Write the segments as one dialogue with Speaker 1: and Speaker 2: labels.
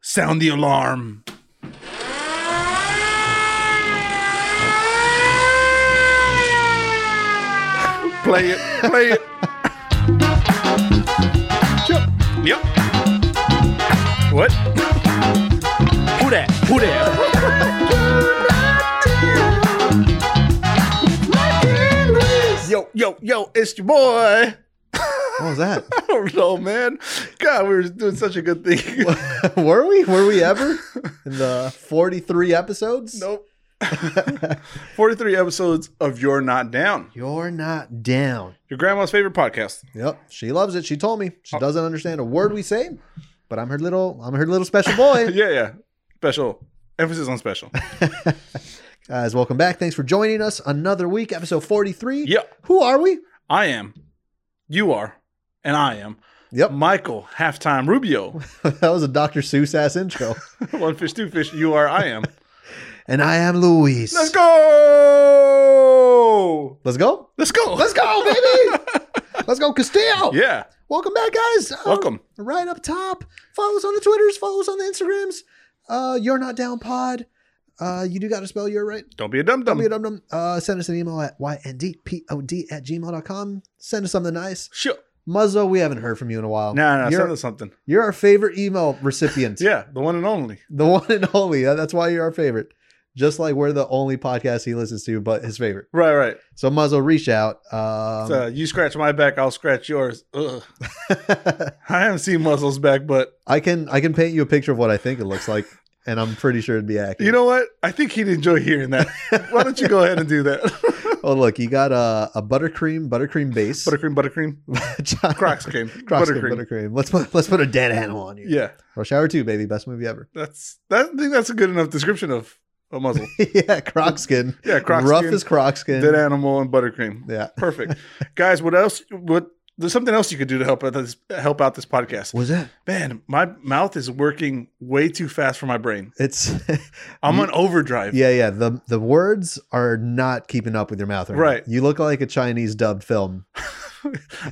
Speaker 1: Sound the alarm. play it. Play it. Yep. Yep. What? Who that? Who that? Yo, yo, yo, it's your boy.
Speaker 2: What was that?
Speaker 1: I don't know, man. God, we were doing such a good thing.
Speaker 2: Were we? Were we ever in the forty-three episodes?
Speaker 1: nope. 43 episodes of You're Not Down,
Speaker 2: You're not down.
Speaker 1: your grandma's favorite podcast.
Speaker 2: Yep, she loves it. She told me
Speaker 1: Oh.
Speaker 2: she doesn't understand a word we say, but I'm her little, I'm her little special boy.
Speaker 1: Yeah, yeah. Special. Emphasis on special.
Speaker 2: Guys, welcome back. Thanks for joining us another week, episode forty-three.
Speaker 1: Yeah.
Speaker 2: Who are we?
Speaker 1: I am. You are. And I am.
Speaker 2: Yep.
Speaker 1: Michael, halftime Rubio.
Speaker 2: that was a Dr. Seuss ass intro.
Speaker 1: One fish, two fish. You are. I am.
Speaker 2: and I am Luis.
Speaker 1: Let's go.
Speaker 2: Let's go.
Speaker 1: Let's go.
Speaker 2: Let's go, baby. Let's go, Castillo.
Speaker 1: Yeah.
Speaker 2: Welcome back, guys. Um,
Speaker 1: Welcome.
Speaker 2: right up top. Follow us on the Twitters. Follow us on the Instagrams. Uh, you're not down pod. Uh, you do got to spell your right.
Speaker 1: Don't be a dum
Speaker 2: Don't be a
Speaker 1: dum.
Speaker 2: dum dum. Uh, send us an email at yndpod at gmail.com. Send us something nice.
Speaker 1: Sure.
Speaker 2: Muzzo, we haven't heard from you in a while.
Speaker 1: No, no. Send
Speaker 2: Oh, You're,
Speaker 1: us something.
Speaker 2: you're our favorite email recipient.
Speaker 1: Yeah. The one and only.
Speaker 2: The one and only. Uh, That's why you're our favorite. Just like we're the only podcast he listens to, but his favorite.
Speaker 1: Right, right.
Speaker 2: So Muzzo, reach out. Um,
Speaker 1: so you scratch my back, I'll scratch yours. Ugh. I haven't seen Muscle's back, but
Speaker 2: I can I can paint you a picture of what I think it looks like, and I'm pretty sure it'd be accurate.
Speaker 1: you know what? I think he'd enjoy hearing that. Why don't you go ahead and do that?
Speaker 2: Oh, look, you got a, a buttercream, buttercream base.
Speaker 1: buttercream, buttercream.
Speaker 2: Chocolate-
Speaker 1: Crocs cream.
Speaker 2: Crocs cream,
Speaker 1: buttercream.
Speaker 2: buttercream. Let's put let's put a dead animal on you.
Speaker 1: Yeah.
Speaker 2: Rush Hour Two, baby, best movie ever.
Speaker 1: That's that, I think that's a good enough description of a muzzle.
Speaker 2: yeah, croc skin.
Speaker 1: Yeah, croc
Speaker 2: Rough
Speaker 1: skin,
Speaker 2: as croc skin.
Speaker 1: Dead animal and buttercream.
Speaker 2: yeah.
Speaker 1: Perfect. Guys, what else what there's something else you could do to help out this help out this podcast.
Speaker 2: Was that?
Speaker 1: Man, my mouth is working way too fast for my brain.
Speaker 2: It's
Speaker 1: I'm
Speaker 2: You-
Speaker 1: on overdrive.
Speaker 2: yeah, yeah. The the words are not keeping up with your mouth right. now.
Speaker 1: Right.
Speaker 2: You look like a Chinese dubbed film.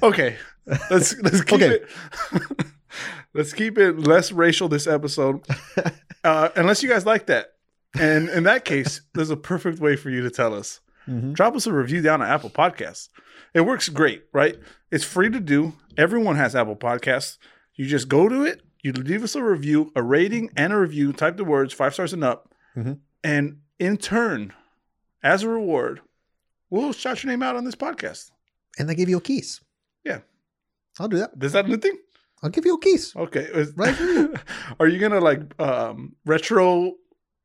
Speaker 1: Okay. Let's let's keep
Speaker 2: Okay.
Speaker 1: it let's keep it less racial this episode. Uh, unless you guys like that. And in that case, there's a perfect way for you to tell us.
Speaker 2: Mhm.
Speaker 1: drop us a review down on Apple Podcasts. It works great, right? It's free to do. Everyone has Apple Podcasts. You just go to it, you leave us a review, a rating, and a review. Type the words five stars and up,
Speaker 2: Mhm.
Speaker 1: and in turn, as a reward, we'll shout your name out on this podcast.
Speaker 2: And they give you a kiss.
Speaker 1: Yeah.
Speaker 2: I'll do that.
Speaker 1: Is that a thing?
Speaker 2: I'll give you a kiss.
Speaker 1: Okay. Is-
Speaker 2: Right.
Speaker 1: Are you gonna like um, retro?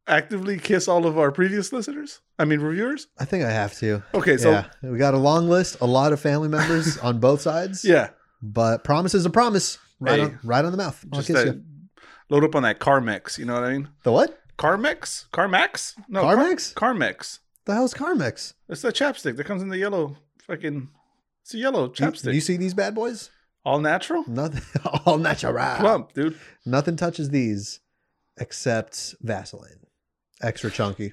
Speaker 1: Actively kiss all of our previous listeners. I mean reviewers.
Speaker 2: I think I have to.
Speaker 1: Okay, so yeah,
Speaker 2: yeah. We got a long list, a lot of family members on both sides. But promise is a promise. Right
Speaker 1: Hey.
Speaker 2: on right on the mouth. I'll
Speaker 1: just
Speaker 2: kiss
Speaker 1: that,
Speaker 2: you.
Speaker 1: load up on that Carmex. You know what I mean?
Speaker 2: The what?
Speaker 1: Carmex? Carmax? No, Car-
Speaker 2: Carmex?
Speaker 1: Carmex.
Speaker 2: the hell's Carmex?
Speaker 1: It's that chapstick that comes in the yellow fucking. It's a yellow
Speaker 2: You,
Speaker 1: chapstick.
Speaker 2: you see these bad boys?
Speaker 1: All natural,
Speaker 2: Nothing all natural.
Speaker 1: plump, dude.
Speaker 2: Nothing touches these except Vaseline. Extra chunky.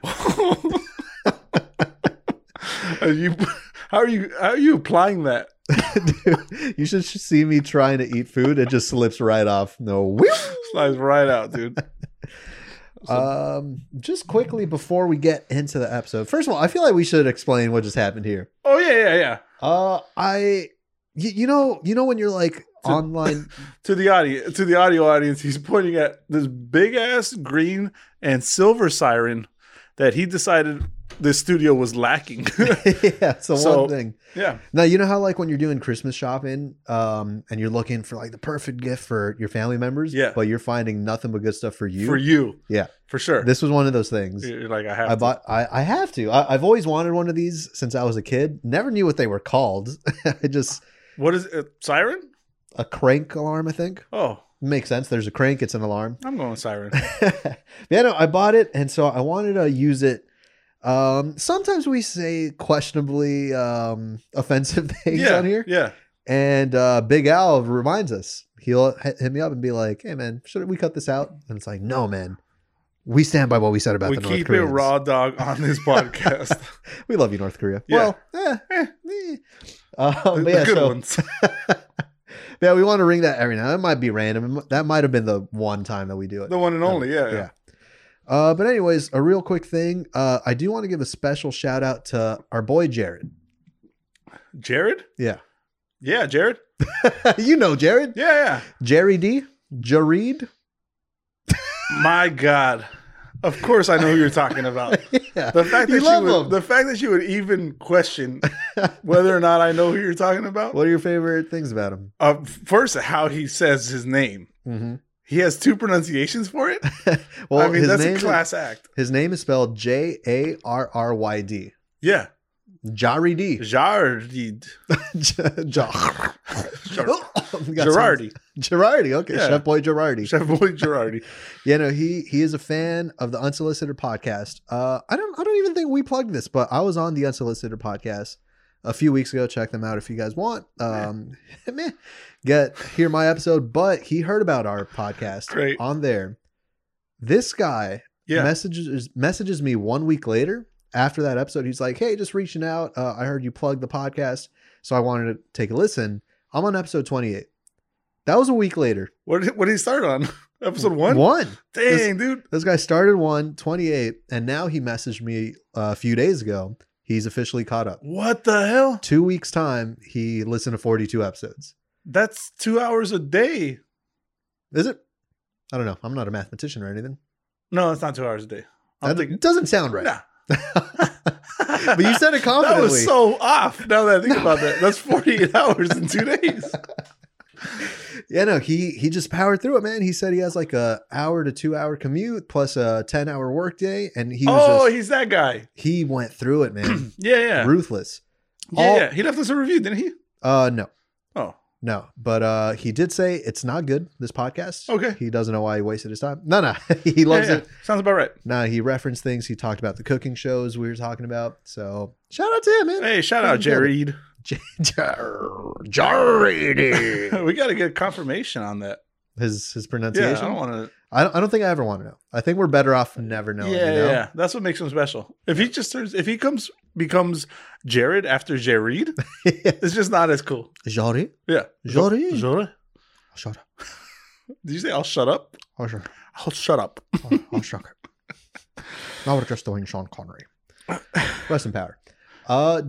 Speaker 1: are you? How are you? How are you applying that?
Speaker 2: Dude, you should sh- see me trying to eat food. It just slips right off. No. whew.
Speaker 1: Slides right out, dude.
Speaker 2: Um, just quickly before we get into the episode, first of all, I feel like we should explain what just happened here.
Speaker 1: Oh yeah, yeah, yeah.
Speaker 2: Uh, I, you, you know, you know when you're like online,
Speaker 1: To the audience, to the audio audience, he's pointing at this big ass green and silver siren that he decided this studio was lacking.
Speaker 2: yeah, it's the
Speaker 1: So-
Speaker 2: one thing.
Speaker 1: yeah,
Speaker 2: Now you know how like when you're doing Christmas shopping, um, and you're looking for like the perfect gift for your family members,
Speaker 1: Yeah.
Speaker 2: but you're finding nothing but good stuff for you.
Speaker 1: for you.
Speaker 2: Yeah.
Speaker 1: for sure.
Speaker 2: This was one of those things.
Speaker 1: You're like I have.
Speaker 2: I
Speaker 1: to.
Speaker 2: bought. I, I have to. I, I've always wanted one of these since I was a kid. Never knew what they were called. I just
Speaker 1: What is it? Siren?
Speaker 2: a crank alarm. I think
Speaker 1: Oh,
Speaker 2: makes sense. There's a crank. It's an alarm.
Speaker 1: I'm going siren.
Speaker 2: yeah, no, I bought it, and so I wanted to use it. Um, sometimes we say questionably um, offensive things
Speaker 1: yeah,
Speaker 2: on here,
Speaker 1: Yeah.
Speaker 2: and uh, Big Al reminds us. He'll h- hit me up and be like, "Hey, man, should we cut this out?" And it's like, "No, man, we stand by what we said about
Speaker 1: We
Speaker 2: the North
Speaker 1: keep it
Speaker 2: Koreans.
Speaker 1: raw dog on this podcast.
Speaker 2: We love you, North Korea.
Speaker 1: Yeah.
Speaker 2: Well, eh, eh, eh.
Speaker 1: the
Speaker 2: Um, but
Speaker 1: the
Speaker 2: yeah,
Speaker 1: good
Speaker 2: so-
Speaker 1: ones.
Speaker 2: yeah, we want to ring that every now. It might be random. That might have been the one time that we do it.
Speaker 1: The one and only, yeah. yeah.
Speaker 2: Uh, but anyways, a real quick thing. Uh, I do want to give a special shout out to our boy Jared.
Speaker 1: Jared?
Speaker 2: Yeah,
Speaker 1: Yeah, Jared.
Speaker 2: you know Jared,
Speaker 1: Yeah, yeah.
Speaker 2: Jerry D, Jared.
Speaker 1: My God. Of course I know who you're talking about.
Speaker 2: yeah,
Speaker 1: The fact that
Speaker 2: you
Speaker 1: you,
Speaker 2: love
Speaker 1: would,
Speaker 2: him.
Speaker 1: the fact that you would even question whether or not I know who you're talking about.
Speaker 2: What are your favorite things about him?
Speaker 1: Uh, first, how he says his name.
Speaker 2: hmm
Speaker 1: He has two pronunciations for it.
Speaker 2: Well,
Speaker 1: Mm-hmm. I mean,
Speaker 2: his
Speaker 1: that's
Speaker 2: name
Speaker 1: a class act.
Speaker 2: His name is spelled J A R R Y D.
Speaker 1: Yeah,
Speaker 2: Jari D.
Speaker 1: Jared.
Speaker 2: Jar- We Oh, got
Speaker 1: Gerardi,
Speaker 2: some- Girardi. Okay.
Speaker 1: Yeah.
Speaker 2: Chef Boy Girardi.
Speaker 1: Chef Boy Gerardi.
Speaker 2: You know, he he is a fan of the Unsolicited podcast. Uh, I don't I don't even think we plugged this, but I was on the Unsolicited podcast a few weeks ago. Check them out if you guys want. Um, meh. get hear my episode, but he heard about our podcast
Speaker 1: Great.
Speaker 2: on there. This guy
Speaker 1: Yeah,
Speaker 2: messages messages me one week later after that episode. He's like, "Hey, just reaching out. Uh, I heard you plug the podcast, so I wanted to take a listen. I'm on episode 28." That was a week later.
Speaker 1: what did, what did he start on? Episode one.
Speaker 2: One.
Speaker 1: Dang, dude.
Speaker 2: This guy started one, 28, and now he messaged me uh, a few days ago. He's officially caught up.
Speaker 1: What the hell?
Speaker 2: Two weeks time, he listened to 42 episodes.
Speaker 1: That's two hours a day.
Speaker 2: Is it? I don't know. I'm not a mathematician or anything.
Speaker 1: No, it's not two hours a day. I'm
Speaker 2: That
Speaker 1: thinking.
Speaker 2: doesn't sound right.
Speaker 1: Nah.
Speaker 2: But you said it
Speaker 1: that
Speaker 2: confidently.
Speaker 1: was so off. Now that I think about that, that's 48 hours in two days.
Speaker 2: yeah, no, he he just powered through it, man. He said he has like a hour to two hour commute plus a ten hour workday, and he was
Speaker 1: oh,
Speaker 2: just
Speaker 1: he's that guy.
Speaker 2: he went through it, man.
Speaker 1: Yeah, yeah,
Speaker 2: Ruthless.
Speaker 1: yeah,
Speaker 2: all-
Speaker 1: yeah. He left us a review, didn't he?
Speaker 2: Uh, no,
Speaker 1: Oh,
Speaker 2: no, but uh, he did say it's not good. This podcast.
Speaker 1: Okay.
Speaker 2: He doesn't know why he wasted his time. No, no, he loves
Speaker 1: Yeah, yeah.
Speaker 2: it.
Speaker 1: Sounds about right.
Speaker 2: No, he referenced things. He talked about the cooking shows we were talking about. So shout out to him, man.
Speaker 1: Hey, shout out
Speaker 2: Pretty
Speaker 1: Jared.
Speaker 2: J- Jar- Jarrity.
Speaker 1: we got to get confirmation on that.
Speaker 2: his his
Speaker 1: Yeah, I
Speaker 2: pronunciation.
Speaker 1: don't want to.
Speaker 2: I, don't, I don't think I ever want to know. I think we're better off never knowing.
Speaker 1: yeah,
Speaker 2: you know?
Speaker 1: yeah, that's what makes him special. If he just turns, if he comes becomes Jared after Jared, it's just not as cool.
Speaker 2: Jari?
Speaker 1: Yeah.
Speaker 2: Jari?
Speaker 1: Jared,
Speaker 2: Shut up.
Speaker 1: did you say I'll shut up?
Speaker 2: Oh, sure.
Speaker 1: I'll shut up.
Speaker 2: Oh, oh, shocker. Now we're just doing Sean Connery. Rest in power. Uh,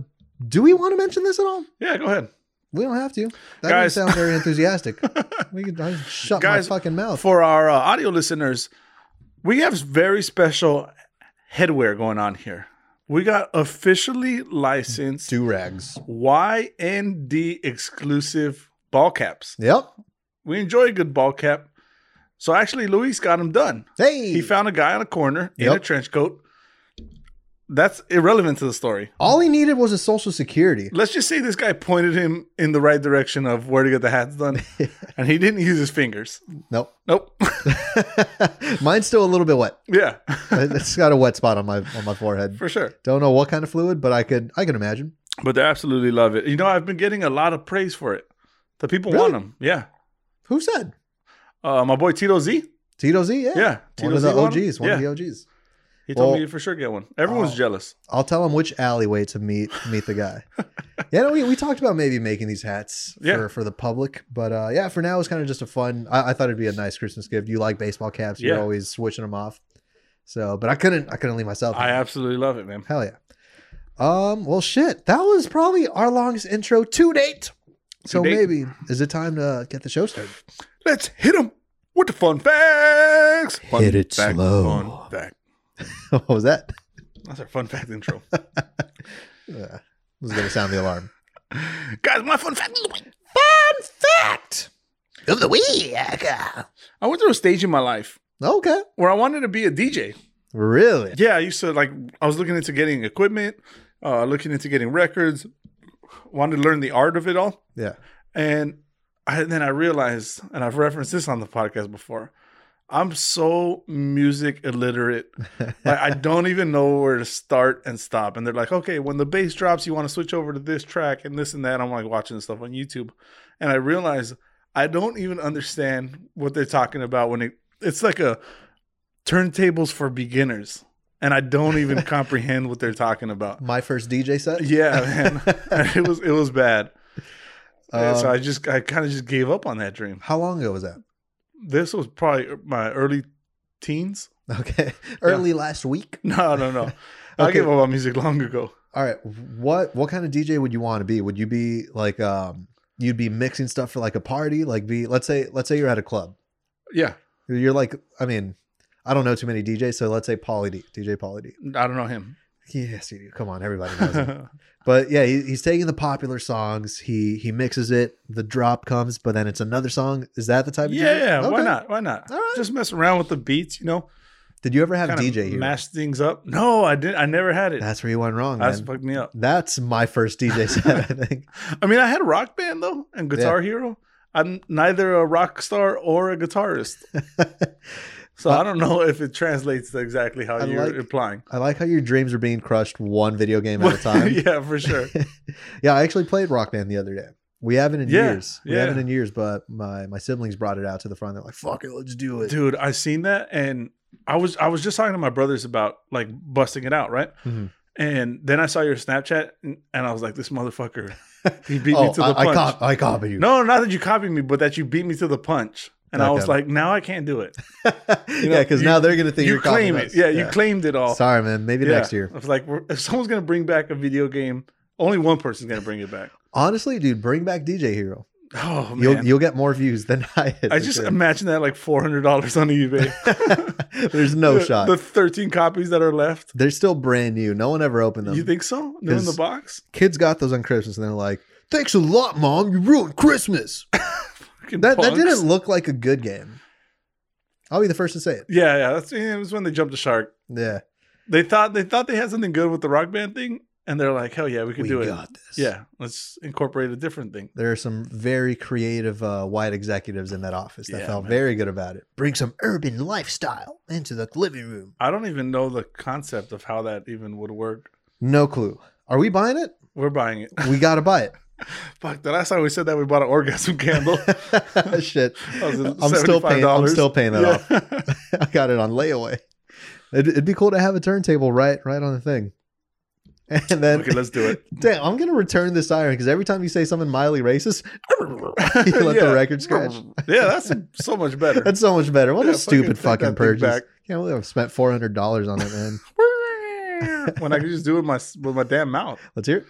Speaker 2: do we want to mention this at all?
Speaker 1: Yeah, go ahead.
Speaker 2: We don't have to. That
Speaker 1: Guys.
Speaker 2: doesn't sound very enthusiastic. we could I shut
Speaker 1: Guys,
Speaker 2: my fucking mouth.
Speaker 1: For our uh, audio listeners, we have very special headwear going on here. We got officially licensed
Speaker 2: Do rags.
Speaker 1: YND exclusive ball caps.
Speaker 2: Yep.
Speaker 1: We enjoy a good ball cap. So actually, Luis got him done.
Speaker 2: Hey.
Speaker 1: He found a guy on a corner in a
Speaker 2: Yep.
Speaker 1: trench coat. That's irrelevant to the story.
Speaker 2: all he needed was a social security.
Speaker 1: Let's just say this guy pointed him in the right direction of where to get the hats done, and he didn't use his fingers.
Speaker 2: Nope.
Speaker 1: Nope.
Speaker 2: Mine's still a little bit wet.
Speaker 1: yeah,
Speaker 2: It's got a wet spot on my on my forehead.
Speaker 1: for sure.
Speaker 2: Don't know what kind of fluid, but I could I can imagine.
Speaker 1: But they absolutely love it. You know, I've been getting a lot of praise for it. The people
Speaker 2: Really?
Speaker 1: want them. Yeah.
Speaker 2: Who said?
Speaker 1: Uh, my boy Tito Z.
Speaker 2: Tito Z, yeah.
Speaker 1: Yeah.
Speaker 2: One
Speaker 1: Tito
Speaker 2: of
Speaker 1: Z
Speaker 2: the
Speaker 1: want 'em.
Speaker 2: OGs. One
Speaker 1: yeah.
Speaker 2: of the OGs.
Speaker 1: He told
Speaker 2: Well-
Speaker 1: me to for sure get one. Everyone's
Speaker 2: Oh.
Speaker 1: jealous.
Speaker 2: I'll tell him which alleyway to meet meet the guy. yeah, no, we, we talked about maybe making these hats for,
Speaker 1: Yeah.
Speaker 2: for the public, but uh, yeah, for now it's kind of just a fun. I, I thought it'd be a nice Christmas gift. You like baseball caps? You're
Speaker 1: Yeah.
Speaker 2: always switching them off. So, but I couldn't I couldn't leave myself.
Speaker 1: I uh, absolutely love it, man.
Speaker 2: Hell yeah. Um. Well, shit. That was probably our longest intro to date. So
Speaker 1: date.
Speaker 2: maybe is it time to get the show started?
Speaker 1: Let's hit them with the fun facts. Fun
Speaker 2: Hit it
Speaker 1: fact,
Speaker 2: slow.
Speaker 1: Fun fact.
Speaker 2: what was that?
Speaker 1: That's our fun fact intro.
Speaker 2: Uh, I was gonna sound the alarm.
Speaker 1: Guys, my fun fact of the week.
Speaker 2: Fun fact of the week.
Speaker 1: I went through a stage in my life
Speaker 2: Okay.
Speaker 1: where I wanted to be a DJ.
Speaker 2: Really?
Speaker 1: Yeah, I used to like, I was looking into getting equipment, uh, looking into getting records, wanted to learn the art of it all.
Speaker 2: Yeah.
Speaker 1: And, I, then I realized, and I've referenced this on the podcast before, I'm so music illiterate. like, I don't even know where to start and stop. And they're like, okay, when the bass drops, you want to switch over to this track and this and that. I'm like watching stuff on YouTube. And I realize I don't even understand what they're talking about when it, it's like a turntables for beginners. And I don't even comprehend what they're talking about.
Speaker 2: My first DJ set.
Speaker 1: Yeah, man. it was it was bad. Yeah, so
Speaker 2: Um,
Speaker 1: I just I kind of just gave up on that dream.
Speaker 2: how long ago was that?
Speaker 1: This was probably my early teens.
Speaker 2: Okay, early last week.
Speaker 1: No, no, no. I
Speaker 2: Okay.
Speaker 1: gave up on music long ago.
Speaker 2: All right, what what kind of DJ would you want to be? Would you be like um you'd be mixing stuff for like a party? Like be let's say let's say you're at a club.
Speaker 1: Yeah,
Speaker 2: You're like I mean, I don't know too many DJs, so let's say Pauly D, DJ Pauly D.
Speaker 1: I don't know him.
Speaker 2: Yes, you do. Come on, everybody knows him. But yeah, he, he's taking the popular songs. He he mixes it. The drop comes, but then it's another song. Is that the type? of
Speaker 1: yeah,
Speaker 2: DJ?
Speaker 1: yeah, why
Speaker 2: Okay.
Speaker 1: not? Why not?
Speaker 2: All right.
Speaker 1: Just mess around with the beats, you know.
Speaker 2: Did you ever have
Speaker 1: Kinda
Speaker 2: DJ here?
Speaker 1: mash things up. No, I didn't. I never had it.
Speaker 2: That's where you went wrong,
Speaker 1: That's
Speaker 2: man.
Speaker 1: fucked me up.
Speaker 2: That's my first DJ set, I think.
Speaker 1: I mean, I had Rock Band though, and Guitar Hero. I'm neither a rock star or a guitarist, so I don't know if it translates to exactly how
Speaker 2: I
Speaker 1: you're
Speaker 2: like-
Speaker 1: implying.
Speaker 2: I like how your dreams are being crushed one video game at a time.
Speaker 1: yeah, for sure.
Speaker 2: yeah, I actually played Rock Band the other day. We haven't in
Speaker 1: Yeah,
Speaker 2: years. We
Speaker 1: yeah.
Speaker 2: haven't in years, but my my siblings brought it out to the front. They're like, "Fuck it, let's do it."
Speaker 1: dude i seen that and i was i was just talking to my brothers about like busting it out right
Speaker 2: Mhm.
Speaker 1: and then i saw your snapchat and, and i was like this motherfucker he beat
Speaker 2: oh,
Speaker 1: me to the
Speaker 2: I, I,
Speaker 1: punch
Speaker 2: cop- I copied you.
Speaker 1: no not that you copied me but that you beat me to the punch and i was
Speaker 2: Okay.
Speaker 1: like now i can't do it
Speaker 2: yeah, because
Speaker 1: you-
Speaker 2: now they're gonna think
Speaker 1: you
Speaker 2: are copying
Speaker 1: claim it
Speaker 2: us.
Speaker 1: yeah, you claimed it all
Speaker 2: Sorry, man. Maybe
Speaker 1: Yeah.
Speaker 2: next year.
Speaker 1: i was like we're- if someone's gonna bring back a video game only one person's gonna bring it back
Speaker 2: Honestly, dude, bring back DJ Hero.
Speaker 1: oh man
Speaker 2: You'll you'll get more views than I. did,
Speaker 1: I
Speaker 2: for
Speaker 1: just
Speaker 2: sure.
Speaker 1: imagine that like four hundred dollars on eBay.
Speaker 2: There's no
Speaker 1: The-
Speaker 2: shot.
Speaker 1: The thirteen copies that are left.
Speaker 2: They're still brand new. No one ever opened them.
Speaker 1: You think so? They're in the
Speaker 2: Is-
Speaker 1: box.
Speaker 2: Kids got those on Christmas and they're like, "Thanks a lot, mom. You ruined Christmas."
Speaker 1: Fucking
Speaker 2: That that
Speaker 1: punks.
Speaker 2: didn't look like a good game. I'll be the first to say it.
Speaker 1: Yeah, yeah. That's it was when they jumped the shark.
Speaker 2: Yeah,
Speaker 1: They thought they thought they had something good with the rock band thing, and they're like, hell yeah, we can
Speaker 2: we
Speaker 1: do it.
Speaker 2: got this.
Speaker 1: Yeah, let's incorporate a different thing.
Speaker 2: There are some very creative uh, white executives in that office that
Speaker 1: Yeah,
Speaker 2: felt
Speaker 1: man.
Speaker 2: very good about it. Bring some urban lifestyle into the living room.
Speaker 1: I don't even know the concept of how that even would work.
Speaker 2: No clue. Are we buying it?
Speaker 1: We're buying it.
Speaker 2: We gotta buy it.
Speaker 1: Fuck, the last time we said that, we bought an orgasm candle.
Speaker 2: Shit.
Speaker 1: was
Speaker 2: I'm still paying. I'm
Speaker 1: $75.
Speaker 2: still paying that off.
Speaker 1: yeah.
Speaker 2: I got it on layaway. It'd, it'd be cool to have a turntable right, right on the thing. And then,
Speaker 1: okay, let's do it.
Speaker 2: damn, I'm gonna return this iron because every time you say something mildly racist, you let
Speaker 1: Yeah.
Speaker 2: the record scratch.
Speaker 1: Yeah, that's so much better.
Speaker 2: That's so much better. What
Speaker 1: Yeah,
Speaker 2: a stupid
Speaker 1: fucking take
Speaker 2: fucking,
Speaker 1: that thing
Speaker 2: purchase!
Speaker 1: back.
Speaker 2: Can't believe I've spent four hundred dollars on it, man.
Speaker 1: when I could just do it with my with my damn mouth.
Speaker 2: Let's hear. It.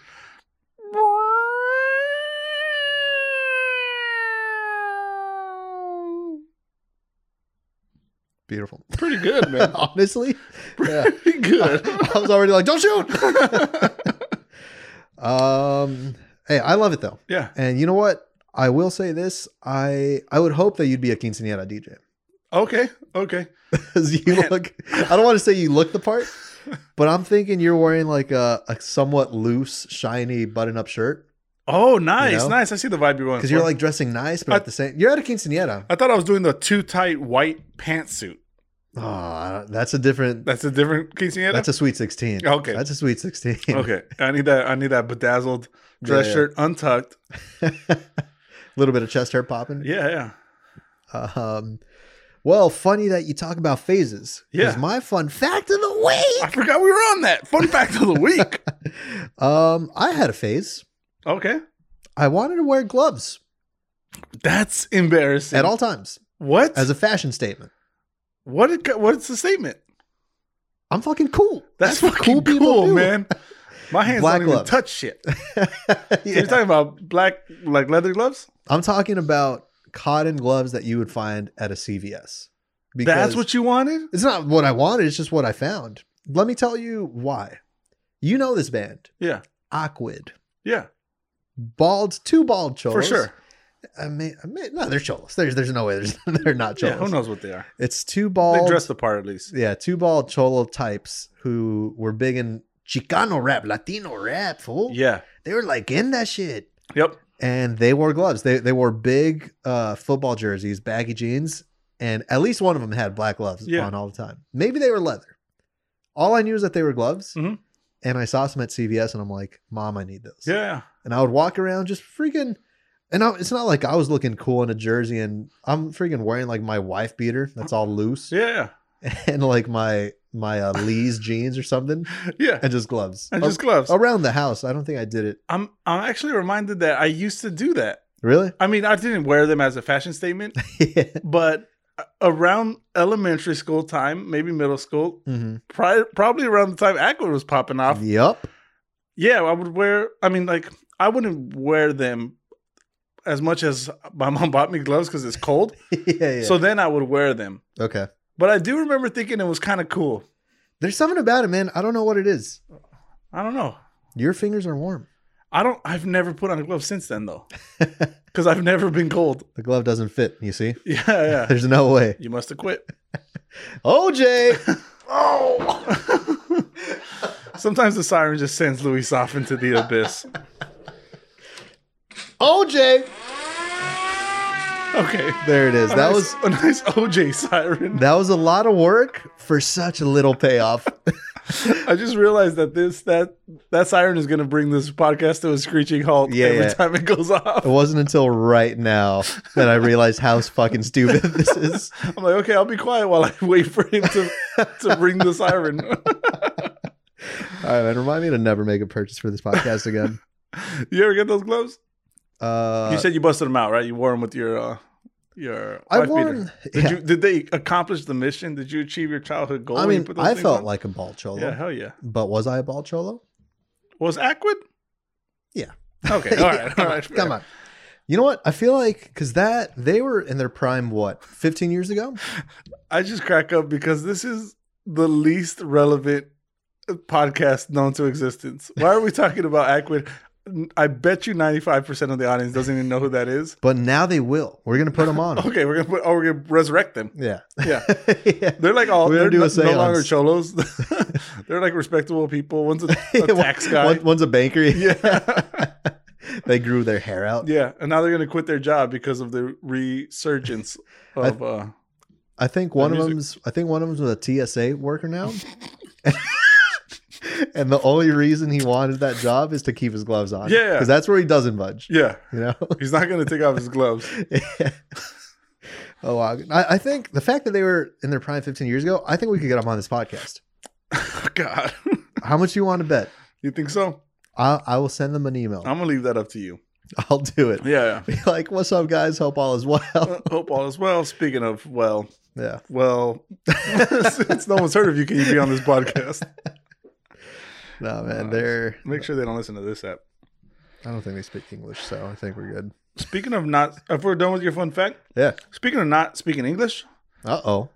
Speaker 2: Beautiful.
Speaker 1: Pretty good, man.
Speaker 2: Honestly, yeah.
Speaker 1: Pretty good.
Speaker 2: I was already like, don't shoot. um, hey, I love it though.
Speaker 1: yeah.
Speaker 2: And you know what? I will say this. I I would hope that you'd be a quinceanera DJ.
Speaker 1: Okay. Okay.
Speaker 2: 'Cause you
Speaker 1: Man.
Speaker 2: look I don't want to say you look the part, but I'm thinking you're wearing like a, a somewhat loose, shiny button-up shirt.
Speaker 1: Oh, nice,
Speaker 2: know?
Speaker 1: nice. I see the vibe you're going.
Speaker 2: Because
Speaker 1: for.
Speaker 2: you're like dressing nice, but
Speaker 1: Uh-huh. I-
Speaker 2: at the same you're at a quinceanera.
Speaker 1: I thought I was doing the too tight white pantsuit.
Speaker 2: Oh, I don't- that's a different
Speaker 1: That's a different quinceanera.
Speaker 2: that's a sweet 16.
Speaker 1: Okay.
Speaker 2: That's a sweet 16.
Speaker 1: okay. I need that. I need that bedazzled dress
Speaker 2: Yeah.
Speaker 1: shirt untucked.
Speaker 2: a little bit of chest hair popping.
Speaker 1: Yeah, yeah.
Speaker 2: Um, well, funny that you talk about phases. 'cause
Speaker 1: Yeah.
Speaker 2: my fun fact of the week.
Speaker 1: I forgot we were on that. Fun fact of the week.
Speaker 2: Um, I had a phase.
Speaker 1: Okay,
Speaker 2: I wanted to wear gloves
Speaker 1: that's embarrassing.
Speaker 2: at all times
Speaker 1: What?
Speaker 2: as a fashion statement.
Speaker 1: what? Did, what's the statement?
Speaker 2: I'm fucking cool.
Speaker 1: That's,
Speaker 2: what
Speaker 1: fucking cool,
Speaker 2: do.
Speaker 1: man. My hands
Speaker 2: Black
Speaker 1: don't even
Speaker 2: gloves.
Speaker 1: touch shit.
Speaker 2: Yeah.
Speaker 1: You're talking about black, like leather gloves.
Speaker 2: I'm talking about cotton gloves that you would find at a CVS.
Speaker 1: That's what you wanted.
Speaker 2: it's not what I wanted. It's just what I found. Let me tell you why. You know this band,
Speaker 1: Yeah,
Speaker 2: Aquid.
Speaker 1: yeah,
Speaker 2: Bald, two bald cholos.
Speaker 1: for sure.
Speaker 2: I mean, I mean, no, they're cholos. There's, there's no way. There's, they're not
Speaker 1: Yeah,
Speaker 2: cholos.
Speaker 1: who knows what they are?
Speaker 2: It's two
Speaker 1: They
Speaker 2: bald.
Speaker 1: dress the part at least.
Speaker 2: yeah, two bald cholo types who were big in Chicano rap, Latino rap. Fool.
Speaker 1: Yeah.
Speaker 2: They were like in that shit,
Speaker 1: Yep.
Speaker 2: and they wore gloves. They they wore big uh, football jerseys, baggy jeans, and at least one of them had black gloves
Speaker 1: Yeah.
Speaker 2: on all the time. Maybe they were leather. All I knew is that they were gloves,
Speaker 1: Mhm.
Speaker 2: and I saw some at CVS, and I'm like, "Mom, I need those."
Speaker 1: Yeah.
Speaker 2: and I would walk around just freaking. And I, it's not like I was looking cool in a jersey, and I'm freaking wearing like my wife beater that's all loose,
Speaker 1: Yeah.
Speaker 2: and like my my uh, Lee's jeans or something,
Speaker 1: Yeah.
Speaker 2: and just gloves
Speaker 1: And
Speaker 2: Ar-
Speaker 1: just gloves.
Speaker 2: around the house. I don't think I did it.
Speaker 1: I'm I'm actually reminded that I used to do that.
Speaker 2: Really?
Speaker 1: I mean, I didn't wear them as a fashion statement,
Speaker 2: yeah.
Speaker 1: but around elementary school time, maybe middle school,
Speaker 2: hmm
Speaker 1: pri- probably around the time Aqua was popping off,
Speaker 2: Yup.
Speaker 1: yeah, I would wear. I mean, like I wouldn't wear them as much as my mom bought me gloves because it's cold.
Speaker 2: yeah, yeah.
Speaker 1: So then I would wear them.
Speaker 2: okay.
Speaker 1: But I do remember thinking it was kind of cool.
Speaker 2: There's something about it, man. I don't know what it is.
Speaker 1: I don't know.
Speaker 2: Your fingers are warm.
Speaker 1: I don't. I've never put on a glove since then though, because I've never been cold.
Speaker 2: The glove doesn't fit. You see?
Speaker 1: Yeah, yeah.
Speaker 2: There's no way.
Speaker 1: You must have quit.
Speaker 2: OJ.
Speaker 1: Oh. Sometimes the siren just sends Luis off into the abyss.
Speaker 2: OJ.
Speaker 1: Okay.
Speaker 2: There it is.
Speaker 1: A
Speaker 2: That
Speaker 1: nice-
Speaker 2: was
Speaker 1: a nice OJ siren.
Speaker 2: that was a lot of work for such a little payoff.
Speaker 1: I just realized that this that that siren is going to bring this podcast to a screeching halt
Speaker 2: Yeah,
Speaker 1: every
Speaker 2: yeah. Oh.
Speaker 1: time it goes off.
Speaker 2: It wasn't until right now that I realized how fucking stupid this is.
Speaker 1: I'm like, okay, I'll be quiet while I wait for him to to ring the siren.
Speaker 2: All right, man. Remind me to never make a purchase for this podcast again.
Speaker 1: you ever get those gloves?
Speaker 2: Uh,
Speaker 1: you said you busted them out, right? You wore them with your uh, your
Speaker 2: I
Speaker 1: wife
Speaker 2: wore
Speaker 1: beater.
Speaker 2: 'em-
Speaker 1: Did
Speaker 2: yeah.
Speaker 1: you did they accomplish the mission? Did you achieve your childhood goal?
Speaker 2: I
Speaker 1: when you
Speaker 2: mean,
Speaker 1: put those
Speaker 2: I
Speaker 1: things
Speaker 2: felt
Speaker 1: on?
Speaker 2: like a ball cholo,
Speaker 1: yeah, hell yeah.
Speaker 2: but was I a ball cholo?
Speaker 1: Was Aquid?
Speaker 2: Yeah.
Speaker 1: Okay. All
Speaker 2: Yeah,
Speaker 1: right.
Speaker 2: come
Speaker 1: all
Speaker 2: on,
Speaker 1: right.
Speaker 2: come on. You know what? I feel like because that they were in their prime, what, 15 years ago?
Speaker 1: I just crack up because this is the least relevant uh, podcast known to existence. Why are we talking about Aquid? I bet you 95% of the audience doesn't even know who that is.
Speaker 2: But now they will. We're gonna put them on.
Speaker 1: Okay, we're gonna put, oh, we're gonna resurrect them.
Speaker 2: Yeah,
Speaker 1: Yeah,
Speaker 2: yeah.
Speaker 1: they're like all
Speaker 2: We're gonna
Speaker 1: they're
Speaker 2: do a
Speaker 1: no, no longer
Speaker 2: seance.
Speaker 1: cholos. they're like respectable people. One's a, a tax guy.
Speaker 2: One- one's a banker.
Speaker 1: yeah,
Speaker 2: they grew their hair out.
Speaker 1: yeah, and now they're gonna quit their job because of the resurgence of. uh
Speaker 2: I think one of
Speaker 1: music.
Speaker 2: them's. I think one of them's a TSA worker now. and the only reason he wanted that job is to keep his gloves on.
Speaker 1: Yeah.
Speaker 2: because that's where he doesn't budge.
Speaker 1: Yeah,
Speaker 2: You know.
Speaker 1: he's not gonna take off his gloves.
Speaker 2: oh wow! I, I think the fact that they were in their prime 15 years ago, I think we could get them on this podcast.
Speaker 1: God,
Speaker 2: How much do you want to bet?
Speaker 1: you think so?
Speaker 2: I, I will send them an email.
Speaker 1: I'm gonna leave that up to you.
Speaker 2: I'll do it.
Speaker 1: Um, Yeah.
Speaker 2: Be like, what's up, guys? Hope all is well.
Speaker 1: Uh, Hope all is well. Speaking of well,
Speaker 2: Yeah.
Speaker 1: well, since no one's heard of you, can you be on this podcast?
Speaker 2: No, man,
Speaker 1: Uh,
Speaker 2: they're.
Speaker 1: Make sure they don't listen to this app.
Speaker 2: I don't think they speak English, so I think we're good.
Speaker 1: Speaking of not, uh, if we're done with your fun fact,
Speaker 2: Yeah.
Speaker 1: speaking of not speaking English,
Speaker 2: Uh oh.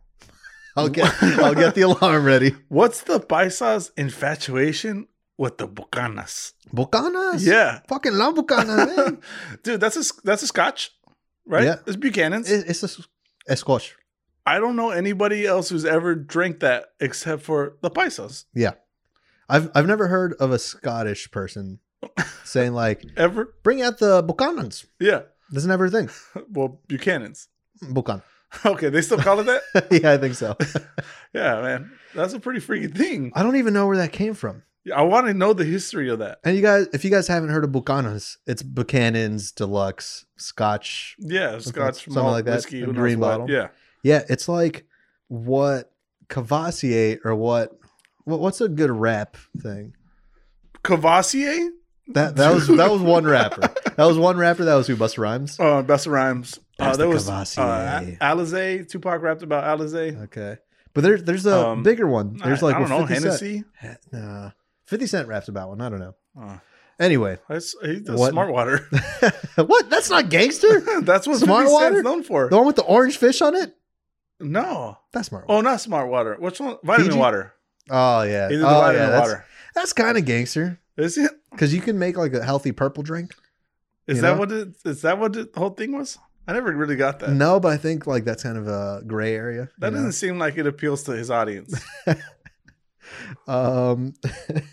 Speaker 2: I'll get I'll get the alarm ready.
Speaker 1: what's the Paisa's infatuation with the Bucanas?
Speaker 2: Bucanas.
Speaker 1: Yeah,
Speaker 2: Fucking love Bucanas, man.
Speaker 1: dude, that's a that's a Scotch, right?
Speaker 2: Yeah.
Speaker 1: It's Buchanan's.
Speaker 2: It- it's a, s- a squash.
Speaker 1: I don't know anybody else who's ever drank that except for the Paisas
Speaker 2: I've I've never heard of a Scottish person saying like,
Speaker 1: ever.
Speaker 2: "Bring out the Bucanans."
Speaker 1: Yeah,
Speaker 2: That's never a thing.
Speaker 1: well, Buchanan's.
Speaker 2: Bucan.
Speaker 1: Okay, they still call it that.
Speaker 2: yeah, I think so.
Speaker 1: Yeah, man, that's a pretty freaky thing.
Speaker 2: I don't even know where that came from.
Speaker 1: I want to know the history of that.
Speaker 2: And you guys, if you guys haven't heard of Bucanas, it's Buchanan's Deluxe Scotch.
Speaker 1: Yeah, Scotch
Speaker 2: something
Speaker 1: malt
Speaker 2: like that,
Speaker 1: whiskey,
Speaker 2: a
Speaker 1: who knows
Speaker 2: green
Speaker 1: what.
Speaker 2: bottle.
Speaker 1: Yeah,
Speaker 2: Yeah, it's like what Cavassier or what, what what's a good rap thing?
Speaker 1: Cavassier,
Speaker 2: That that was that was one rapper. That was one rapper. That was who Busta Rhymes.
Speaker 1: uh, best of rhymes. Uh,
Speaker 2: That's
Speaker 1: there
Speaker 2: the
Speaker 1: was uh,
Speaker 2: Cavassier.
Speaker 1: Alizé. Tupac rapped about Alizé.
Speaker 2: Okay, but there's there's a
Speaker 1: Um,
Speaker 2: bigger one. There's like
Speaker 1: I, I don't
Speaker 2: well,
Speaker 1: know
Speaker 2: 50 Cent-
Speaker 1: Hennessy.
Speaker 2: He- Nah, Fifty Cent raps about one. I don't know.
Speaker 1: Uh,
Speaker 2: Anyway,
Speaker 1: that's he does
Speaker 2: What?
Speaker 1: smart water.
Speaker 2: what? That's not gangster.
Speaker 1: that's what
Speaker 2: Smart
Speaker 1: smart water
Speaker 2: water?
Speaker 1: known for.
Speaker 2: The one with the orange fish on it.
Speaker 1: No,
Speaker 2: That's smart.
Speaker 1: oh, not smart water. Which one? Vitamin
Speaker 2: Fiji?
Speaker 1: water.
Speaker 2: Oh yeah.
Speaker 1: Either the
Speaker 2: oh,
Speaker 1: vitamin
Speaker 2: yeah,
Speaker 1: or
Speaker 2: that's,
Speaker 1: water.
Speaker 2: That's kind of gangster
Speaker 1: Is it?
Speaker 2: because you can make like a healthy purple drink.
Speaker 1: Is
Speaker 2: You
Speaker 1: that
Speaker 2: know?
Speaker 1: what? It, is that what the whole thing was? I never really got that.
Speaker 2: No, but I think like that's kind of a gray area.
Speaker 1: that
Speaker 2: you know?
Speaker 1: doesn't seem like it appeals to his audience.
Speaker 2: Um, fuck,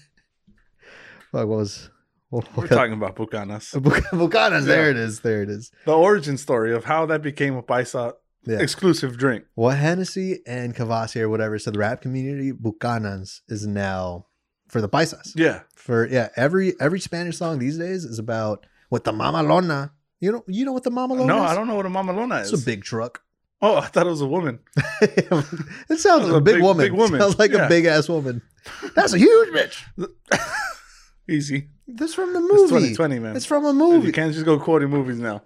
Speaker 2: what was? what-
Speaker 1: We're
Speaker 2: what-
Speaker 1: talking about Bucanas.
Speaker 2: Buc- Bucanas. There
Speaker 1: Yeah.
Speaker 2: it is. There it is.
Speaker 1: the origin story of how that became a Paisa
Speaker 2: Yeah.
Speaker 1: exclusive drink.
Speaker 2: What Hennessy and Cavassi or whatever. So the rap community, Bucanas is now for the paisas.
Speaker 1: Yeah.
Speaker 2: For yeah, every every Spanish song these days is about what the mamalona. You know, you know what the mamalona.
Speaker 1: No,
Speaker 2: is?
Speaker 1: I don't know what a mamalona is.
Speaker 2: It's a big truck.
Speaker 1: oh, I thought it was a woman.
Speaker 2: it sounds like a big, woman.
Speaker 1: big woman.
Speaker 2: Sounds like
Speaker 1: Yeah.
Speaker 2: a big ass woman. That's a huge bitch.
Speaker 1: Easy.
Speaker 2: That's from the
Speaker 1: It's
Speaker 2: movie.
Speaker 1: 2020, man.
Speaker 2: It's from a
Speaker 1: You
Speaker 2: movie.
Speaker 1: can't just go quoting movies now.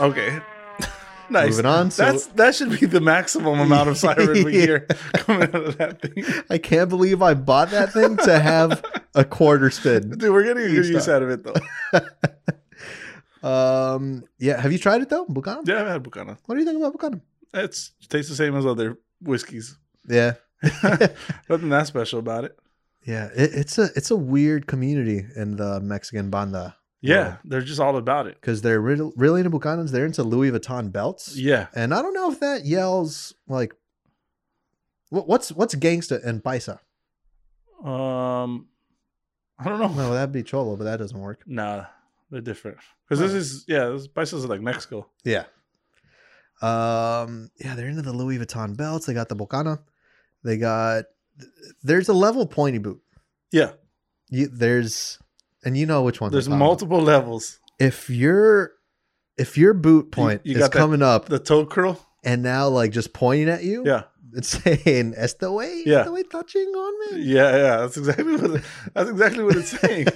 Speaker 1: Okay. nice.
Speaker 2: Moving on, so-
Speaker 1: That's that should be the maximum amount of siren we
Speaker 2: Yeah.
Speaker 1: hear coming out of that thing.
Speaker 2: I can't believe I bought that thing to have a quarter spin.
Speaker 1: Dude, we're getting a good
Speaker 2: Each
Speaker 1: use
Speaker 2: time.
Speaker 1: out of it though.
Speaker 2: Um, yeah. Have you tried it though, Buchanan?
Speaker 1: Yeah, I've had Buchanan.
Speaker 2: What do you think about Buchanan?
Speaker 1: It's it tastes the same as other whiskeys.
Speaker 2: Yeah,
Speaker 1: Nothing that special about it.
Speaker 2: yeah. It, it's a it's a weird community in the Mexican banda
Speaker 1: Yeah,
Speaker 2: Well.
Speaker 1: they're just all about it.
Speaker 2: because they're really, really into Buchanans. They're into Louis Vuitton belts.
Speaker 1: Yeah.
Speaker 2: And I don't know if that yells like what, what's what's gangsta and paisa.
Speaker 1: Um I don't know.
Speaker 2: No, that'd be cholo, but that doesn't work.
Speaker 1: Nah, they're different. Because this
Speaker 2: Right.
Speaker 1: is yeah, this spices are like Mexico.
Speaker 2: Yeah. Um. Yeah, they're into the Louis Vuitton belts. They got the Bocana. They got. There's a level pointy boot.
Speaker 1: Yeah.
Speaker 2: You, there's, and you know which one.
Speaker 1: There's
Speaker 2: I'm talking about.
Speaker 1: multiple levels.
Speaker 2: If your, if your boot point
Speaker 1: you
Speaker 2: is
Speaker 1: got that-
Speaker 2: coming up
Speaker 1: The toe curl.
Speaker 2: and now like just pointing at you,
Speaker 1: Yeah.
Speaker 2: it's saying "Esta way,
Speaker 1: Yeah.
Speaker 2: esta way touching on me."
Speaker 1: Yeah, yeah, that's exactly what it- that's exactly what it's saying.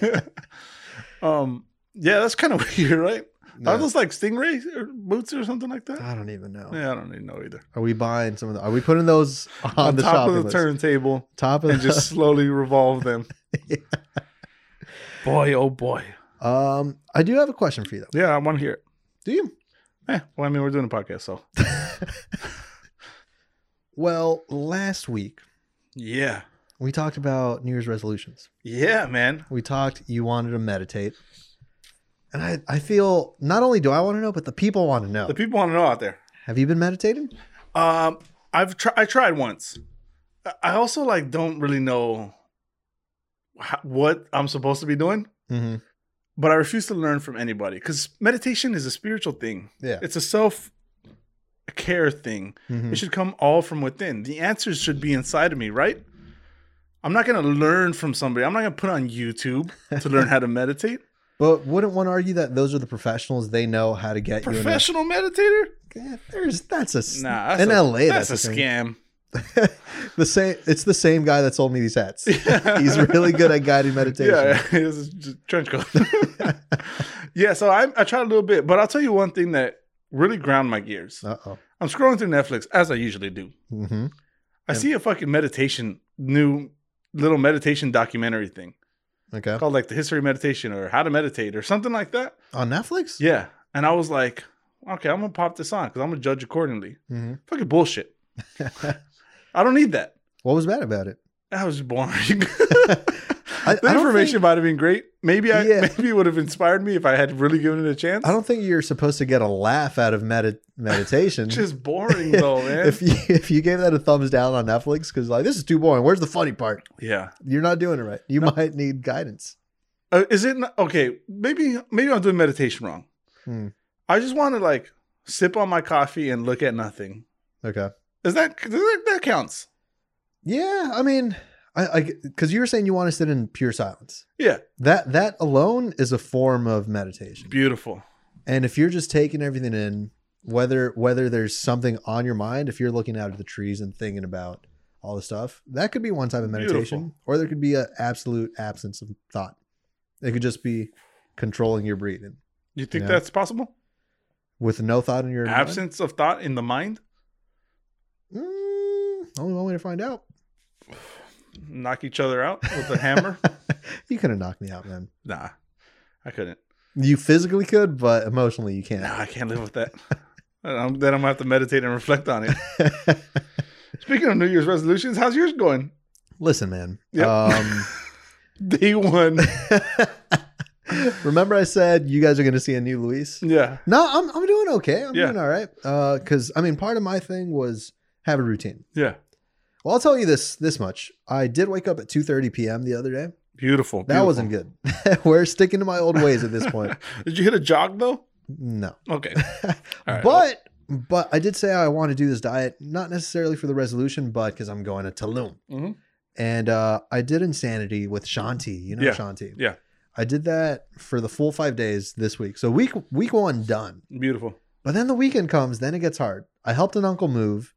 Speaker 1: um, yeah, that's kind of weird, right? Are
Speaker 2: No,
Speaker 1: those like stingray or boots or something like that?
Speaker 2: I don't even know.
Speaker 1: Yeah, I don't even know either.
Speaker 2: Are we buying some of the? Are we putting those on,
Speaker 1: On,
Speaker 2: the
Speaker 1: top
Speaker 2: shopping
Speaker 1: of the
Speaker 2: list?
Speaker 1: turntable
Speaker 2: Top of
Speaker 1: and
Speaker 2: the-
Speaker 1: just slowly revolve them.
Speaker 2: Yeah.
Speaker 1: Boy, oh boy.
Speaker 2: Um, I do have a question for you though.
Speaker 1: Yeah, I want to hear it.
Speaker 2: Do you?
Speaker 1: Eh, well, I mean, we're doing a podcast, so
Speaker 2: Well, last week
Speaker 1: yeah,
Speaker 2: we talked about New Year's resolutions.
Speaker 1: yeah, man.
Speaker 2: We talked. You wanted to meditate, and I I feel not only do I want to know, but the people want to know.
Speaker 1: The people want to know out there.
Speaker 2: Have you been meditating?
Speaker 1: Um, I've tried. I tried once. I- I also like don't really know how- what I'm supposed to be doing.
Speaker 2: Mm-hmm.
Speaker 1: but I refuse to learn from anybody because meditation is a spiritual thing.
Speaker 2: Yeah.
Speaker 1: It's a self care thing.
Speaker 2: Mhm.
Speaker 1: It should come all from within. The answers should be inside of me, right? I'm not going to learn from somebody. I'm not going to put on YouTube to learn how to meditate.
Speaker 2: But wouldn't one argue that those are the professionals? They know how to get you. in a-
Speaker 1: Professional meditator?
Speaker 2: Yeah, there's that's a s-
Speaker 1: Nah, that's
Speaker 2: in
Speaker 1: a,
Speaker 2: LA
Speaker 1: that's, a
Speaker 2: thing.
Speaker 1: scam.
Speaker 2: the same. It's the same guy that sold me these hats. He's really good at guided meditation.
Speaker 1: Yeah, yeah. it's a trench coat. yeah, so I, I tried a little bit, but I'll tell you one thing that really ground my gears.
Speaker 2: Uh oh.
Speaker 1: I'm scrolling through Netflix as I usually do.
Speaker 2: Mm-hmm.
Speaker 1: I
Speaker 2: Yeah.
Speaker 1: see a fucking meditation, new little meditation documentary thing
Speaker 2: Okay.
Speaker 1: called like the history of meditation or how to meditate or something like that.
Speaker 2: On Netflix.
Speaker 1: Yeah. And I was like, okay, I'm going to pop this on because I'm going to judge accordingly.
Speaker 2: Mm-hmm.
Speaker 1: Fucking bullshit. I don't need that.
Speaker 2: What was bad about it?
Speaker 1: That was boring.
Speaker 2: I
Speaker 1: the
Speaker 2: don't
Speaker 1: information
Speaker 2: think-
Speaker 1: might have been great. Maybe I
Speaker 2: Yeah.
Speaker 1: maybe it would have inspired me if I had really given it a chance.
Speaker 2: I don't think you're supposed to get a laugh out of medi- meditation.
Speaker 1: Just boring though, man.
Speaker 2: if you if you gave that a thumbs down on Netflix, because like this is too boring. Where's the funny part?
Speaker 1: yeah.
Speaker 2: You're not doing it right. You might need guidance.
Speaker 1: Uh, is it not, okay? Maybe maybe I'm doing meditation wrong.
Speaker 2: Hmm.
Speaker 1: I just want to like sip on my coffee and look at nothing.
Speaker 2: Okay.
Speaker 1: Is that does that, that counts?
Speaker 2: Yeah, I mean, I because you were saying you want to sit in pure silence.
Speaker 1: Yeah,
Speaker 2: That that alone is a form of meditation.
Speaker 1: beautiful.
Speaker 2: And if you're just taking everything in, whether whether there's something on your mind, if you're looking out at the trees and thinking about all the stuff, that could be one type of meditation,
Speaker 1: Beautiful.
Speaker 2: or there could be an absolute absence of thought. It could just be controlling your breathing
Speaker 1: You think
Speaker 2: Yeah.
Speaker 1: that's possible?
Speaker 2: with no thought in your mind.
Speaker 1: Absence of thought in the mind.
Speaker 2: Mm, only one way to find out.
Speaker 1: Knock each other out with a hammer.
Speaker 2: you could have knocked me out, man.
Speaker 1: nah, I couldn't.
Speaker 2: You physically could, but emotionally you can't.
Speaker 1: Nah, I can't live with that. And I'm, then I'm gonna have to meditate and reflect on it. Speaking of New Year's resolutions, how's yours going?
Speaker 2: Listen, man.
Speaker 1: Yep.
Speaker 2: Um,
Speaker 1: Day one.
Speaker 2: remember, I said you guys are going to see a new Luis.
Speaker 1: Yeah.
Speaker 2: No, I'm I'm doing okay. I'm
Speaker 1: Yeah.
Speaker 2: doing all right. Uh, because I mean, part of my thing was have a routine.
Speaker 1: Yeah.
Speaker 2: Well, I'll tell you this this much. I did wake up at 2:30 p.m. the other day.
Speaker 1: Beautiful.
Speaker 2: That wasn't good. We're sticking to my old ways at this point.
Speaker 1: Did you hit a jog though?
Speaker 2: No,
Speaker 1: Okay. All right, well-
Speaker 2: but but I did say I want to do this diet, not necessarily for the resolution, but because I'm going to Tulum.
Speaker 1: Mhm.
Speaker 2: And uh, I did Insanity with Shanti. You know
Speaker 1: Yeah.
Speaker 2: Shanti.
Speaker 1: Yeah.
Speaker 2: I did that for the full five days this week. So week week one done.
Speaker 1: Beautiful.
Speaker 2: But then the weekend comes, then it gets hard. I helped an uncle move,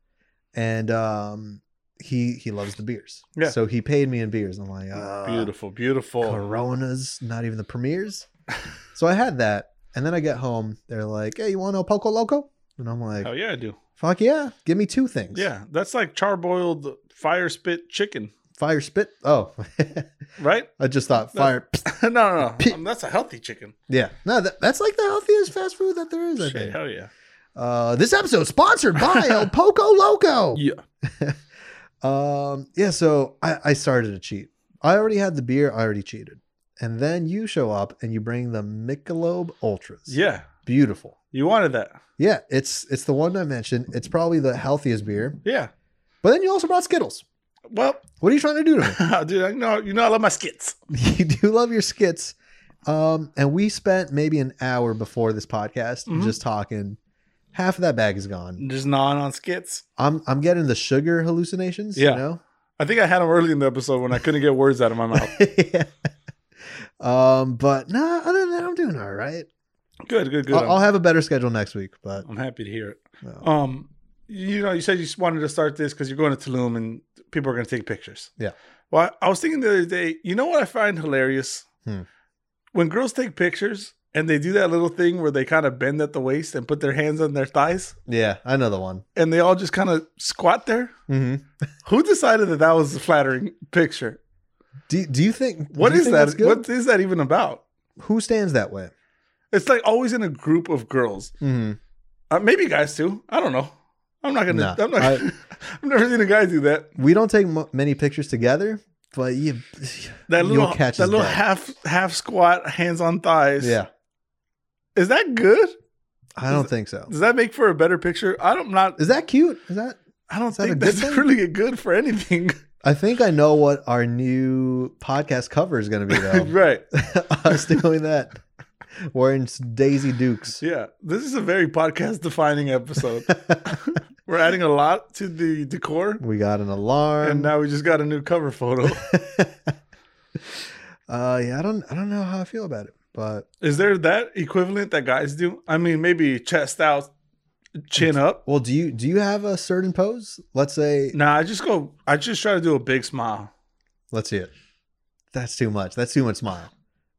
Speaker 2: and um, he he loves the beers.
Speaker 1: Yeah.
Speaker 2: So he paid me in beers. I'm like, uh,
Speaker 1: beautiful, beautiful.
Speaker 2: Coronas, not even the premieres. so I had that, and then I get home. They're like, "Hey, you want a Poco Loco?" And I'm like,
Speaker 1: Oh yeah, I do.
Speaker 2: "Fuck yeah, give me two things."
Speaker 1: Yeah, that's like charboiled fire spit chicken,
Speaker 2: Fire spit. Oh,
Speaker 1: right?
Speaker 2: I just thought fire.
Speaker 1: no, no, no. Um, that's a healthy chicken.
Speaker 2: yeah. No, that, that's like the healthiest fast food that there is. I
Speaker 1: Shit,
Speaker 2: think.
Speaker 1: hell yeah.
Speaker 2: Uh, this episode sponsored by El Poco Loco.
Speaker 1: Yeah.
Speaker 2: Um, yeah, so I, I started to cheat. I already had the beer, I already cheated. And then you show up and you bring the Michelob Ultras.
Speaker 1: Yeah.
Speaker 2: Beautiful.
Speaker 1: You wanted that.
Speaker 2: Yeah, it's it's the one I mentioned. It's probably the healthiest beer.
Speaker 1: Yeah.
Speaker 2: But then you also brought Skittles.
Speaker 1: Well,
Speaker 2: What are you trying to do to me?
Speaker 1: dude, I know you know I love my skits.
Speaker 2: you do love your skits. Um, and we spent maybe an hour before this podcast
Speaker 1: Mhm.
Speaker 2: just talking. Half of that bag is gone.
Speaker 1: Just gnawing on skits.
Speaker 2: I'm I'm getting the sugar hallucinations,
Speaker 1: Yeah.
Speaker 2: you know?
Speaker 1: I think I had them early in the episode when I couldn't get words out of my mouth.
Speaker 2: um, but no, other than that, I'm doing all right.
Speaker 1: Good, good, good.
Speaker 2: I'll, I'll have a better schedule next week, but
Speaker 1: I'm happy to hear it.
Speaker 2: no.
Speaker 1: Um, you know, you said you just wanted to start this because you're going to Tulum and people are going to take pictures.
Speaker 2: Yeah.
Speaker 1: Well, I I was thinking the other day. You know what I find hilarious?
Speaker 2: Hmm.
Speaker 1: When girls take pictures and they do that little thing where they kind of bend at the waist and put their hands on their thighs,
Speaker 2: yeah, another one.
Speaker 1: and they all just kind of squat there.
Speaker 2: Mm-hmm.
Speaker 1: Who decided that that was a flattering picture?
Speaker 2: Do Do you think
Speaker 1: What
Speaker 2: do you
Speaker 1: is
Speaker 2: think
Speaker 1: that?
Speaker 2: that's good?
Speaker 1: What is that even about?
Speaker 2: Who stands that way?
Speaker 1: It's like always in a group of girls.
Speaker 2: Mm-hmm.
Speaker 1: Uh, maybe guys too. I don't know. I'm not gonna.
Speaker 2: Nah,
Speaker 1: I'm not. I,
Speaker 2: I-
Speaker 1: have never seen a guy do that.
Speaker 2: We don't take m- many pictures together, but you
Speaker 1: That
Speaker 2: You'll
Speaker 1: little
Speaker 2: catch
Speaker 1: that
Speaker 2: his
Speaker 1: little
Speaker 2: death.
Speaker 1: half half squat, hands on thighs.
Speaker 2: yeah,
Speaker 1: Is that good?
Speaker 2: I don't think so.
Speaker 1: Does that make for a better picture? I don't not.
Speaker 2: Is that cute? Is that?
Speaker 1: I don't
Speaker 2: that a
Speaker 1: think
Speaker 2: good
Speaker 1: that's
Speaker 2: thing?
Speaker 1: really a good for anything.
Speaker 2: I think I know what our new podcast cover is going to be though.
Speaker 1: right.
Speaker 2: Us doing that, wearing Daisy Dukes.
Speaker 1: Yeah. This is a very podcast defining episode. We're adding a lot to the decor,
Speaker 2: we got an alarm.
Speaker 1: and now we just got a new cover photo.
Speaker 2: Uh, yeah, I don't, I don't know how I feel about it, but
Speaker 1: is there that equivalent that guys do? I mean, maybe chest out, chin up.
Speaker 2: well, do you, do you have a certain pose? Let's say,
Speaker 1: Nah, I just go. I just try to do a big smile.
Speaker 2: let's see it. That's too much. That's too much smile.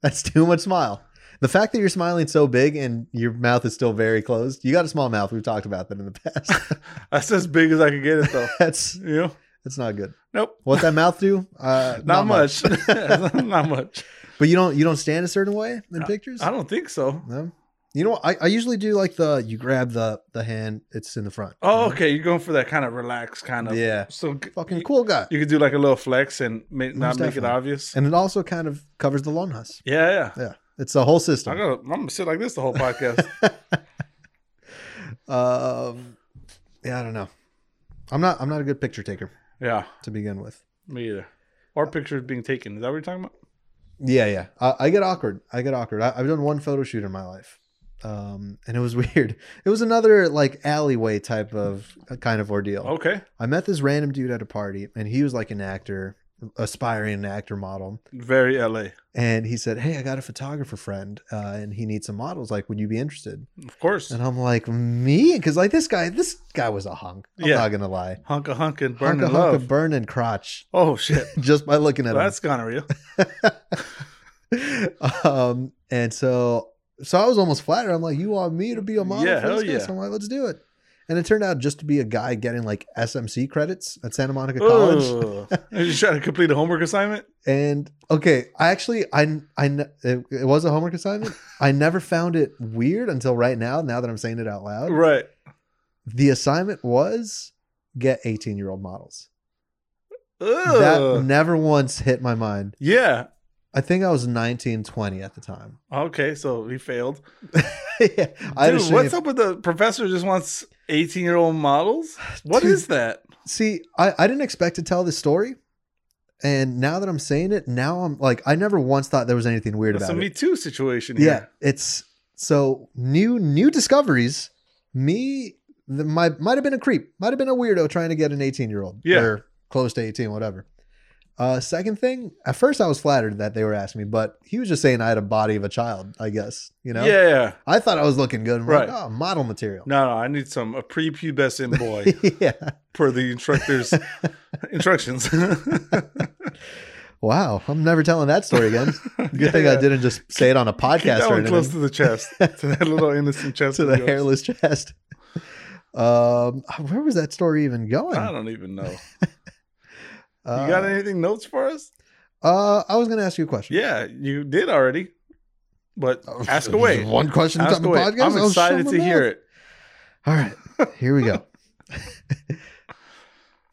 Speaker 2: That's too much smile. The fact that you're smiling so big and your mouth is still very closed. You got a small mouth. We've talked about that in the past.
Speaker 1: That's as big as I can get it, though.
Speaker 2: that's,
Speaker 1: you know?
Speaker 2: that's not good.
Speaker 1: Nope.
Speaker 2: What that mouth do? Uh,
Speaker 1: Not, much. not much.
Speaker 2: But you don't, you don't stand a certain way in pictures.
Speaker 1: I don't think so.
Speaker 2: no. You know, what? I, I usually do like the, you grab the, the hand. It's in the front.
Speaker 1: Oh, okay. You're going for that kind of relaxed kind of.
Speaker 2: Yeah.
Speaker 1: So g-
Speaker 2: Fucking cool guy.
Speaker 1: you could do like a little flex and ma- not make it
Speaker 2: definitely.
Speaker 1: obvious.
Speaker 2: And it also kind of covers the longhus.
Speaker 1: yeah, yeah.
Speaker 2: Yeah, it's the whole
Speaker 1: I
Speaker 2: system.
Speaker 1: gotta, I'm gonna sit like this the whole podcast.
Speaker 2: Um, yeah, I don't know. I'm not. I'm not a good picture taker
Speaker 1: yeah,
Speaker 2: to begin with.
Speaker 1: me either. Or pictures being taken. Is that what you're talking about?
Speaker 2: Yeah, yeah. I, I get awkward. I get awkward. I, I've done one photo shoot in my life, um, and it was weird. It was another like alleyway type of uh, kind of ordeal.
Speaker 1: Okay.
Speaker 2: I met this random dude at a party, and he was like an actor, aspiring actor model.
Speaker 1: Very LA.
Speaker 2: And he said, "Hey, I got a photographer friend, uh, and he needs some models. Like, would you be interested?"
Speaker 1: Of course.
Speaker 2: And I'm like, me? Because like this guy, this guy was a hunk. I'm
Speaker 1: Yeah.
Speaker 2: not gonna lie.
Speaker 1: Hunka hunkin, burning
Speaker 2: hunk a
Speaker 1: love.
Speaker 2: hunk of burning crotch
Speaker 1: oh shit.
Speaker 2: just by looking at
Speaker 1: That's gonorrhea.
Speaker 2: him. um, and so so I was almost flattered. I'm like, you want me to be a model
Speaker 1: Yeah,
Speaker 2: for this
Speaker 1: hell
Speaker 2: guy?
Speaker 1: yeah.
Speaker 2: So I'm like, let's do it. And it turned out just to be a guy getting like SMC credits at Santa Monica
Speaker 1: Oh,
Speaker 2: College.
Speaker 1: Ugh. Are you trying to complete a homework assignment?
Speaker 2: And okay, I actually I I ne- it, it was a homework assignment. I never found it weird until right now. Now that I'm saying it out loud,
Speaker 1: Right.
Speaker 2: the assignment was get 18 year old models.
Speaker 1: Ugh.
Speaker 2: That never once hit my mind.
Speaker 1: yeah.
Speaker 2: I think I was 19, 20 at the time.
Speaker 1: Okay, so he failed.
Speaker 2: yeah, I
Speaker 1: Dude,
Speaker 2: just
Speaker 1: what's up with the professor just wants 18 year old models? What
Speaker 2: Dude.
Speaker 1: is that?
Speaker 2: See, I, I didn't expect to tell this story. And now that I'm saying it, now I'm like, I never once thought there was anything weird
Speaker 1: It's a
Speaker 2: about
Speaker 1: Me
Speaker 2: it.
Speaker 1: Too situation
Speaker 2: Yeah,
Speaker 1: here.
Speaker 2: it's so new, new discoveries. Me, the, my might have been a creep, might have been a weirdo trying to get an 18 year old.
Speaker 1: Yeah.
Speaker 2: or close to 18, whatever. Uh, second thing, at first I was flattered that they were asking me, but he was just saying I had a body of a child. I guess you know.
Speaker 1: Yeah.
Speaker 2: I thought I was looking good. I'm
Speaker 1: Right.
Speaker 2: Like, oh, model material.
Speaker 1: No, no, I need some a prepubescent boy
Speaker 2: yeah.
Speaker 1: per the instructor's instructions.
Speaker 2: Wow. I'm never telling that story again. Good thing I didn't just say it on a podcast
Speaker 1: That
Speaker 2: or
Speaker 1: one
Speaker 2: anything.
Speaker 1: close to the chest, to that little innocent chest.
Speaker 2: to
Speaker 1: of
Speaker 2: the
Speaker 1: yours.
Speaker 2: hairless chest. Um, where was that story even going?
Speaker 1: I don't even know.
Speaker 2: Uh,
Speaker 1: you got anything notes for us?
Speaker 2: Uh, I was going to ask you a question.
Speaker 1: Yeah, you did already, but
Speaker 2: Oh,
Speaker 1: ask
Speaker 2: just
Speaker 1: away.
Speaker 2: One question
Speaker 1: Ask
Speaker 2: on the
Speaker 1: away.
Speaker 2: podcast.
Speaker 1: I'm
Speaker 2: Oh,
Speaker 1: excited
Speaker 2: shut
Speaker 1: to
Speaker 2: my
Speaker 1: hear
Speaker 2: mouth.
Speaker 1: it.
Speaker 2: All right, here we go.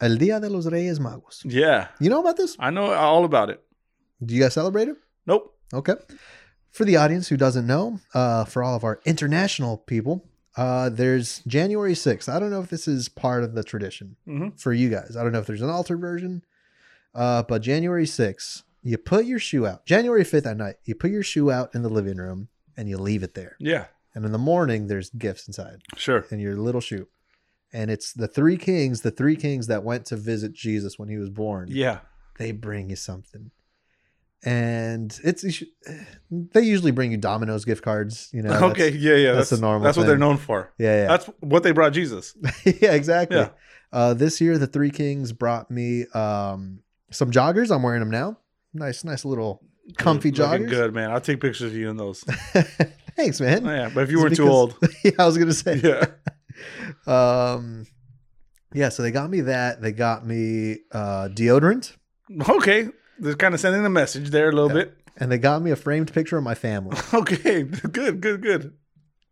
Speaker 2: El Dia de los Reyes Magos.
Speaker 1: Yeah,
Speaker 2: You know about this?
Speaker 1: I know all about it.
Speaker 2: Do you guys celebrate it?
Speaker 1: Nope.
Speaker 2: Okay. For the audience who doesn't know, uh, for all of our international people, uh, there's January 6th. I don't know if this is part of the tradition
Speaker 1: hmm
Speaker 2: for you guys. I don't know if there's an altered version, uh, but January 6th, you put your shoe out. January 5th at night, you put your shoe out in the living room and you leave it there.
Speaker 1: Yeah,
Speaker 2: And in the morning, there's gifts inside
Speaker 1: sure.
Speaker 2: in your little shoe. And it's the three kings, the three kings that went to visit Jesus when he was born.
Speaker 1: Yeah,
Speaker 2: They bring you something. And it's you should- they usually bring you Domino's gift cards, you know. that's-
Speaker 1: okay, yeah, yeah. That's,
Speaker 2: that's the normal
Speaker 1: That's what
Speaker 2: thing.
Speaker 1: they're known for.
Speaker 2: Yeah, yeah.
Speaker 1: That's what they brought Jesus.
Speaker 2: yeah, exactly.
Speaker 1: Yeah.
Speaker 2: Uh, this year, the Three Kings brought me um, some joggers. I'm wearing them now. Nice, nice little comfy
Speaker 1: You're looking
Speaker 2: joggers.
Speaker 1: Good man. I'll take pictures of you in those.
Speaker 2: Thanks, man.
Speaker 1: yeah, but if you
Speaker 2: Is it
Speaker 1: weren't too old,
Speaker 2: because- yeah, I was gonna say.
Speaker 1: yeah.
Speaker 2: Um, yeah, so they got me that. They got me uh, deodorant,
Speaker 1: Okay, they're kind of sending a message there a little
Speaker 2: Yeah.
Speaker 1: bit.
Speaker 2: and they got me a framed picture of my family.
Speaker 1: Okay, good, good, good.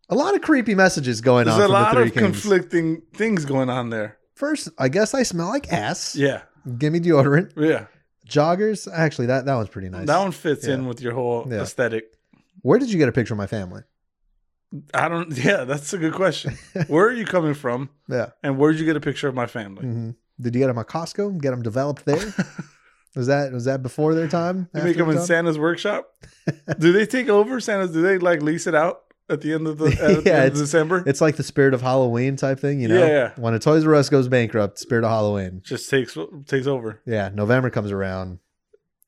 Speaker 2: A lot of creepy messages going
Speaker 1: There's
Speaker 2: on.
Speaker 1: a
Speaker 2: from
Speaker 1: lot
Speaker 2: the Three
Speaker 1: of
Speaker 2: Kings.
Speaker 1: conflicting things going on there.
Speaker 2: First, I guess I smell like ass.
Speaker 1: Yeah,
Speaker 2: Give me deodorant.
Speaker 1: yeah.
Speaker 2: Joggers. Actually, that that one's pretty nice.
Speaker 1: That one fits
Speaker 2: Yeah.
Speaker 1: in with your whole
Speaker 2: Yeah.
Speaker 1: aesthetic.
Speaker 2: Where did you get a picture of my family?
Speaker 1: I don't. Yeah, that's a good question. Where are you coming from,
Speaker 2: Yeah.
Speaker 1: and where'd you get a picture of my family?
Speaker 2: hmm Did you get them at Costco? Get them developed there? was that was that before their time?
Speaker 1: You
Speaker 2: After
Speaker 1: make them
Speaker 2: their
Speaker 1: in
Speaker 2: time?
Speaker 1: Santa's workshop. do they take over Santa's? Do they like lease it out at the end of the, at the
Speaker 2: Yeah,
Speaker 1: end of
Speaker 2: it's-
Speaker 1: December?
Speaker 2: It's like the spirit of Halloween type thing, you know.
Speaker 1: Yeah, yeah.
Speaker 2: When a Toys R Us goes bankrupt, spirit of Halloween.
Speaker 1: Just takes takes over.
Speaker 2: Yeah, November comes around.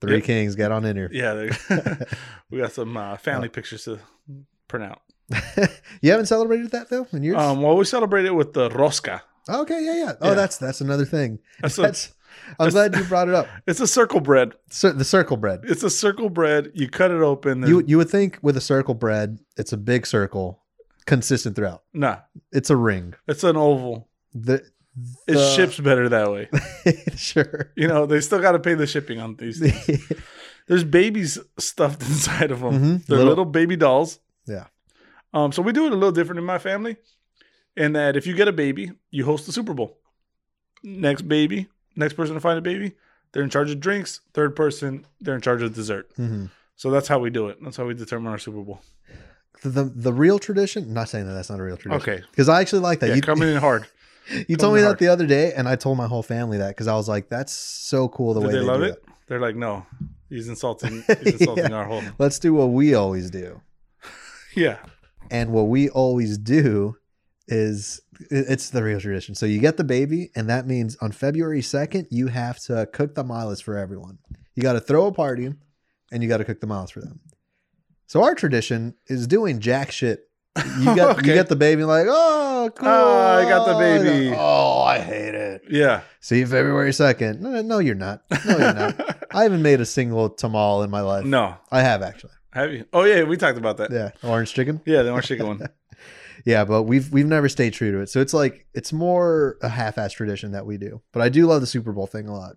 Speaker 2: Three
Speaker 1: Yep.
Speaker 2: Kings, get on in here.
Speaker 1: Yeah, they- we got some uh,
Speaker 2: Oh.
Speaker 1: family pictures to print out.
Speaker 2: you haven't celebrated that though in years.
Speaker 1: Um, well, we celebrate it with the rosca.
Speaker 2: okay, yeah, yeah. Oh,
Speaker 1: yeah.
Speaker 2: that's that's another thing.
Speaker 1: That's a-
Speaker 2: That's. I'm
Speaker 1: that's-
Speaker 2: glad you brought it up.
Speaker 1: It's a circle bread.
Speaker 2: Cir- the circle bread.
Speaker 1: It's a circle bread. You cut it open.
Speaker 2: You
Speaker 1: You,
Speaker 2: you would think with a circle bread, it's a big circle, consistent throughout.
Speaker 1: nah,
Speaker 2: It's a ring.
Speaker 1: it's an oval.
Speaker 2: The,
Speaker 1: It
Speaker 2: the-
Speaker 1: ships better that way.
Speaker 2: sure. Mm-hmm.
Speaker 1: You know, they still got to pay the shipping on these. things. There's babies stuffed inside of them.
Speaker 2: Mhm.
Speaker 1: They're
Speaker 2: Little-
Speaker 1: little, baby dolls.
Speaker 2: Yeah.
Speaker 1: Um, so we do it a little different in my family, in that if you get a baby, you host the Super Bowl. Next baby, next person to find a baby, they're in charge of drinks. Third person, they're in charge of dessert.
Speaker 2: Mhm.
Speaker 1: So that's how we do it. That's how we determine our Super Bowl.
Speaker 2: The, the the real tradition. Not saying that that's not a real tradition.
Speaker 1: Okay.
Speaker 2: Because I actually like that.
Speaker 1: Yeah,
Speaker 2: you
Speaker 1: coming in hard.
Speaker 2: you told
Speaker 1: in
Speaker 2: me
Speaker 1: hard.
Speaker 2: that the other day, and I told my whole family that because I was like, "That's so cool the
Speaker 1: Did
Speaker 2: way
Speaker 1: they,
Speaker 2: they,
Speaker 1: love
Speaker 2: do
Speaker 1: it?
Speaker 2: that."
Speaker 1: They're like, no, he's insulting. He's insulting
Speaker 2: Yeah.
Speaker 1: our whole.
Speaker 2: Let's do what we always do,
Speaker 1: Yeah.
Speaker 2: and what we always do is it- it's the real tradition. So you get the baby, and that means on February second, you have to cook the milas for everyone. You got to throw a party, and you got to cook the milas for them. So our tradition is doing jack shit You got
Speaker 1: Okay.
Speaker 2: you get the baby like, oh cool.
Speaker 1: Ah, I got the baby.
Speaker 2: Oh, I hate it.
Speaker 1: Yeah.
Speaker 2: See you February second. No, no, no, you're not. No, you're not. I haven't made a single tamal in my life.
Speaker 1: no.
Speaker 2: I have actually.
Speaker 1: Have you? Oh yeah, we talked about that. Yeah,
Speaker 2: Yeah, orange chicken.
Speaker 1: the orange chicken one.
Speaker 2: Yeah, but we've we've never stayed true to it. So it's like it's more a half-ass tradition that we do. But I do love the Super Bowl thing a lot.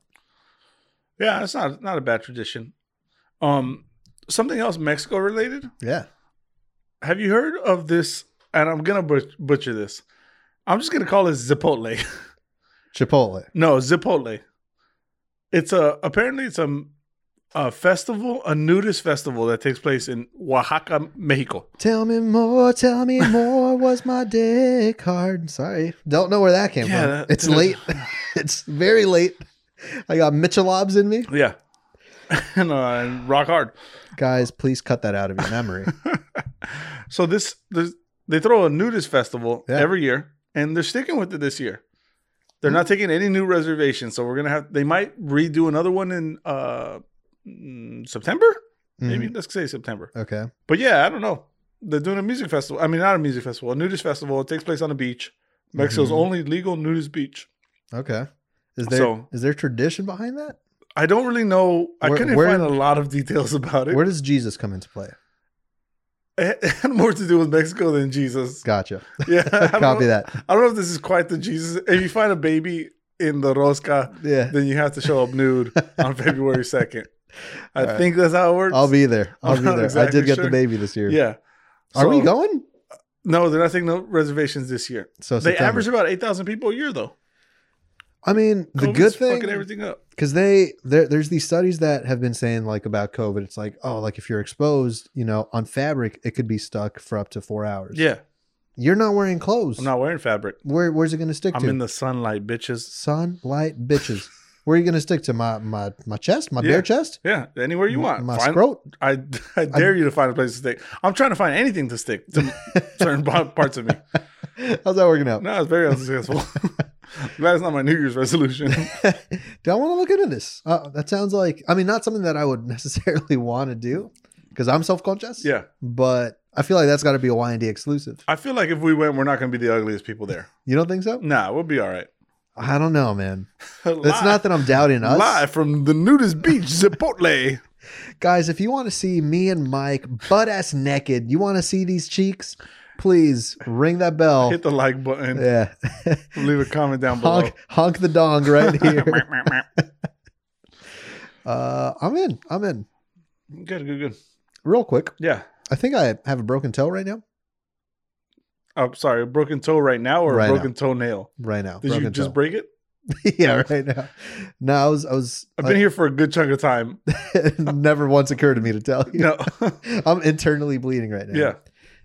Speaker 1: Yeah, it's not not a bad tradition. Um, something else Mexico related.
Speaker 2: Yeah.
Speaker 1: Have you heard of this? And I'm gonna butch- butcher this. I'm just gonna call it Zipotle.
Speaker 2: Chipotle.
Speaker 1: no, Zipotle. It's a apparently it's a, a festival, a nudist festival that takes place in Oaxaca, Mexico.
Speaker 2: Tell me more, tell me more. Was my dick hard? Sorry, don't know where that came
Speaker 1: Yeah,
Speaker 2: from.
Speaker 1: that-
Speaker 2: it's
Speaker 1: dude.
Speaker 2: late. it's very late. I got Michelobs in me.
Speaker 1: Yeah, and, uh, and rock hard.
Speaker 2: Guys, please cut that out of your memory.
Speaker 1: So this, this they throw a nudist festival
Speaker 2: Yeah.
Speaker 1: every year, and they're sticking with it this year. They're
Speaker 2: Hmm.
Speaker 1: not taking any new reservations, so we're gonna have. They might redo another one in uh mm, September. Maybe
Speaker 2: Mhm.
Speaker 1: let's say September.
Speaker 2: Okay.
Speaker 1: But yeah, I don't know. They're doing a music festival. I mean, not a music festival, a nudist festival. It takes place on a beach, Mexico's
Speaker 2: Mhm.
Speaker 1: only legal nudist beach.
Speaker 2: Okay. Is there is
Speaker 1: So-
Speaker 2: there tradition behind that?
Speaker 1: I don't really know. I
Speaker 2: Where-
Speaker 1: couldn't
Speaker 2: where-
Speaker 1: find a lot of details about it.
Speaker 2: Where does Jesus come into play?
Speaker 1: it had more to do with Mexico than Jesus.
Speaker 2: Gotcha.
Speaker 1: Yeah, I don't
Speaker 2: Copy
Speaker 1: know-
Speaker 2: that.
Speaker 1: I don't know if this is quite the Jesus. If you find a baby in the rosca,
Speaker 2: Yeah.
Speaker 1: then you have to show up nude on February second. I
Speaker 2: All right.
Speaker 1: think that's how it works.
Speaker 2: I'll be there. I'll
Speaker 1: I'm
Speaker 2: be
Speaker 1: not
Speaker 2: there. I
Speaker 1: exactly
Speaker 2: did get
Speaker 1: sure.
Speaker 2: the baby this year.
Speaker 1: yeah.
Speaker 2: Are we
Speaker 1: So-
Speaker 2: going?
Speaker 1: No, they're not taking no reservations this year.
Speaker 2: So
Speaker 1: They
Speaker 2: Oh, September.
Speaker 1: average about eight thousand people a year, though.
Speaker 2: I mean, the
Speaker 1: COVID's
Speaker 2: good
Speaker 1: fucking
Speaker 2: thing
Speaker 1: everything up.
Speaker 2: because they there, there's these studies that have been saying like about COVID. It's like oh, like if you're exposed, you know, on fabric, it could be stuck for up to four hours.
Speaker 1: Yeah,
Speaker 2: You're not wearing clothes.
Speaker 1: I'm not wearing fabric.
Speaker 2: Where where's it going to stick
Speaker 1: I'm
Speaker 2: to?
Speaker 1: in the sunlight, bitches.
Speaker 2: Sunlight, bitches. Where are you going to stick to my my my chest? My
Speaker 1: Yeah.
Speaker 2: bare chest?
Speaker 1: Yeah, anywhere you want.
Speaker 2: My
Speaker 1: Find-
Speaker 2: scrot?
Speaker 1: I, I dare you to find a place to stick. I'm trying to find anything to stick to certain bo- parts of me.
Speaker 2: How's that working out?
Speaker 1: No, it's very unsuccessful. Glad it's not my New Year's resolution.
Speaker 2: do I want to look into this? Uh, that sounds like I mean, not something that I would necessarily want to do because I'm self conscious.
Speaker 1: Yeah,
Speaker 2: but I feel like that's got to be a Y and D exclusive.
Speaker 1: I feel like if we went, we're not going to be the ugliest people there.
Speaker 2: You don't think so?
Speaker 1: Nah, we'll be all right.
Speaker 2: I don't know, man. It's
Speaker 1: Live-
Speaker 2: not that I'm doubting us,
Speaker 1: live from the nudist beach, Zipotle.
Speaker 2: guys. If you want to see me and Mike butt ass naked, you want to see these cheeks, please ring that bell.
Speaker 1: Hit the like button.
Speaker 2: Oh. yeah,
Speaker 1: Leave a comment down below.
Speaker 2: honk, honk the dong right here. uh, I'm in. I'm in.
Speaker 1: good, good, good.
Speaker 2: Real quick,
Speaker 1: Yeah.
Speaker 2: I think I have a broken toe right now.
Speaker 1: I'm Oh, sorry, a broken toe right now or
Speaker 2: Right
Speaker 1: a
Speaker 2: now.
Speaker 1: broken toenail?
Speaker 2: Right now,
Speaker 1: Did
Speaker 2: broken
Speaker 1: you just
Speaker 2: toe.
Speaker 1: break it?
Speaker 2: yeah, right now. No, I was. I was.
Speaker 1: I've been here for a good chunk of time.
Speaker 2: it never once occurred to me to tell you.
Speaker 1: No.
Speaker 2: I'm internally bleeding right now.
Speaker 1: yeah.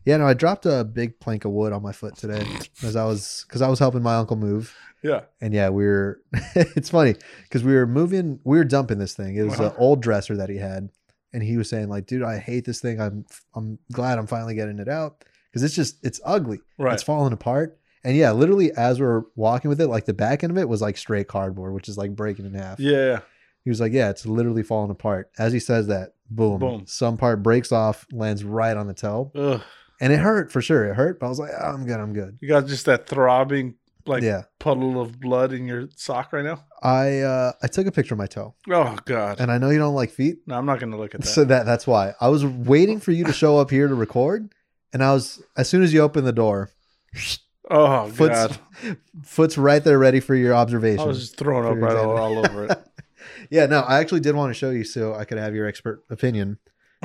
Speaker 2: Yeah, no, I dropped a big plank of wood on my foot today as I was because I was helping my uncle move.
Speaker 1: Yeah.
Speaker 2: And yeah, we were it's funny because we were moving, we were dumping this thing. It was an
Speaker 1: Uh-huh.
Speaker 2: old dresser that he had. And he was saying, like, dude, I hate this thing. I'm I'm glad I'm finally getting it out. Cause it's just it's ugly.
Speaker 1: Right.
Speaker 2: It's falling apart. And yeah, literally as we we're walking with it, like the back end of it was like straight cardboard, which is like breaking in half.
Speaker 1: Yeah.
Speaker 2: He was like, Yeah, it's literally falling apart. As he says that, boom.
Speaker 1: Boom.
Speaker 2: Some part breaks off, lands right on the toe.
Speaker 1: Ugh.
Speaker 2: And it hurt for sure. It hurt, but I was like, oh, I'm good. I'm good.
Speaker 1: You got just that throbbing like
Speaker 2: yeah.
Speaker 1: puddle of blood in your sock right now.
Speaker 2: I uh, I took a picture of my toe,
Speaker 1: Oh God.
Speaker 2: and I know you don't like feet,
Speaker 1: no, I'm not gonna look at that.
Speaker 2: so that that's why I was waiting for you to show up here to record, and I was as soon as you opened the door,
Speaker 1: oh
Speaker 2: foot's
Speaker 1: God.
Speaker 2: foot's right there ready for your
Speaker 1: I
Speaker 2: observation.
Speaker 1: was just thrown up
Speaker 2: for
Speaker 1: right
Speaker 2: your
Speaker 1: all, all over it.
Speaker 2: yeah, no, I actually did want to show you so I could have your expert opinion.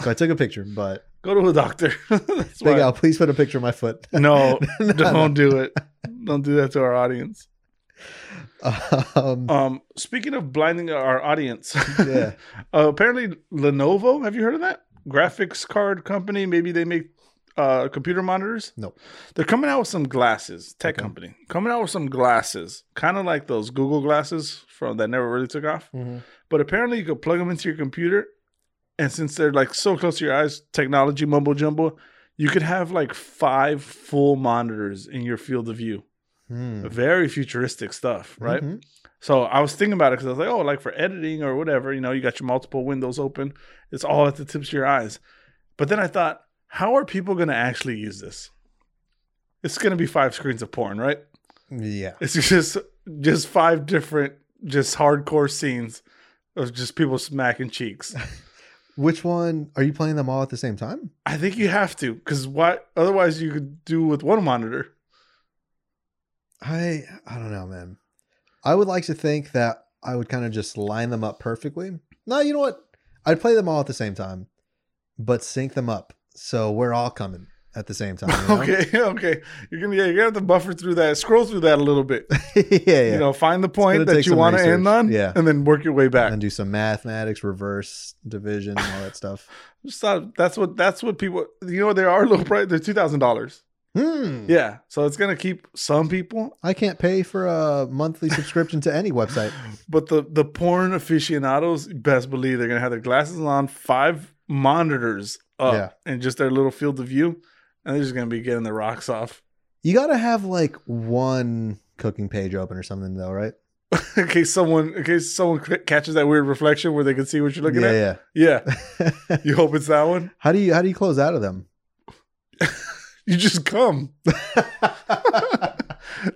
Speaker 2: So I took a picture, but
Speaker 1: Go to a doctor. That's
Speaker 2: Big
Speaker 1: why.
Speaker 2: Al, please put a picture of my foot.
Speaker 1: No,
Speaker 2: No,
Speaker 1: don't do it. Don't do that to our audience.
Speaker 2: um,
Speaker 1: Um, speaking of blinding our audience,
Speaker 2: yeah,
Speaker 1: uh, apparently Lenovo. Have you heard of that graphics card company? Maybe they make uh, computer monitors.
Speaker 2: No.
Speaker 1: they're coming out with some glasses. Tech
Speaker 2: Okay.
Speaker 1: company coming out with some glasses, kind of like those Google glasses from that never really took off. But apparently, you could plug them into your computer, and since they're like so close to your eyes, technology mumbo jumbo, you could have like five full monitors in your field of view.
Speaker 2: Hmm.
Speaker 1: Very futuristic stuff, right?
Speaker 2: Mhm.
Speaker 1: So I was thinking about it because I was like, oh, like for editing or whatever, you know, you got your multiple windows open. It's all at the tips of your eyes. But then I thought, how are people going to actually use this? It's going to be five screens of porn, right?
Speaker 2: Yeah,
Speaker 1: It's just just five different, just hardcore scenes of just people smacking cheeks.
Speaker 2: which one are you playing them all at the same time?
Speaker 1: I think you have to because why? Otherwise, you could do with one monitor.
Speaker 2: I I don't know, man. I would like to think that I would kind of just line them up perfectly. No, you know what? I'd play them all at the same time, but sync them up so we're all coming at the same time. you know?
Speaker 1: Okay, okay. You're gonna yeah, you're gonna have to buffer through that, scroll through that a little bit.
Speaker 2: yeah, yeah.
Speaker 1: You know, find the
Speaker 2: gonna
Speaker 1: point
Speaker 2: take
Speaker 1: that you
Speaker 2: some
Speaker 1: want to
Speaker 2: research.
Speaker 1: end on,
Speaker 2: Yeah.
Speaker 1: and then work your way back.
Speaker 2: and do some mathematics, reverse division, all that stuff.
Speaker 1: Just thought that's what that's what people you know they are low price they're two thousand dollars.
Speaker 2: Hmm.
Speaker 1: Yeah, so it's gonna keep some people,
Speaker 2: I can't pay for a monthly subscription to any website.
Speaker 1: but the the porn aficionados best believe they're gonna have their glasses on, five monitors up, and just their little field of view, and they're just gonna be getting their rocks off.
Speaker 2: You got to have like one cooking page open or something though, right?
Speaker 1: in case someone in case someone c- catches that weird reflection where they can see what you're looking at.
Speaker 2: yeah,
Speaker 1: Yeah.
Speaker 2: yeah.
Speaker 1: You hope it's that one.
Speaker 2: how do you how do you close out of them?
Speaker 1: You just come.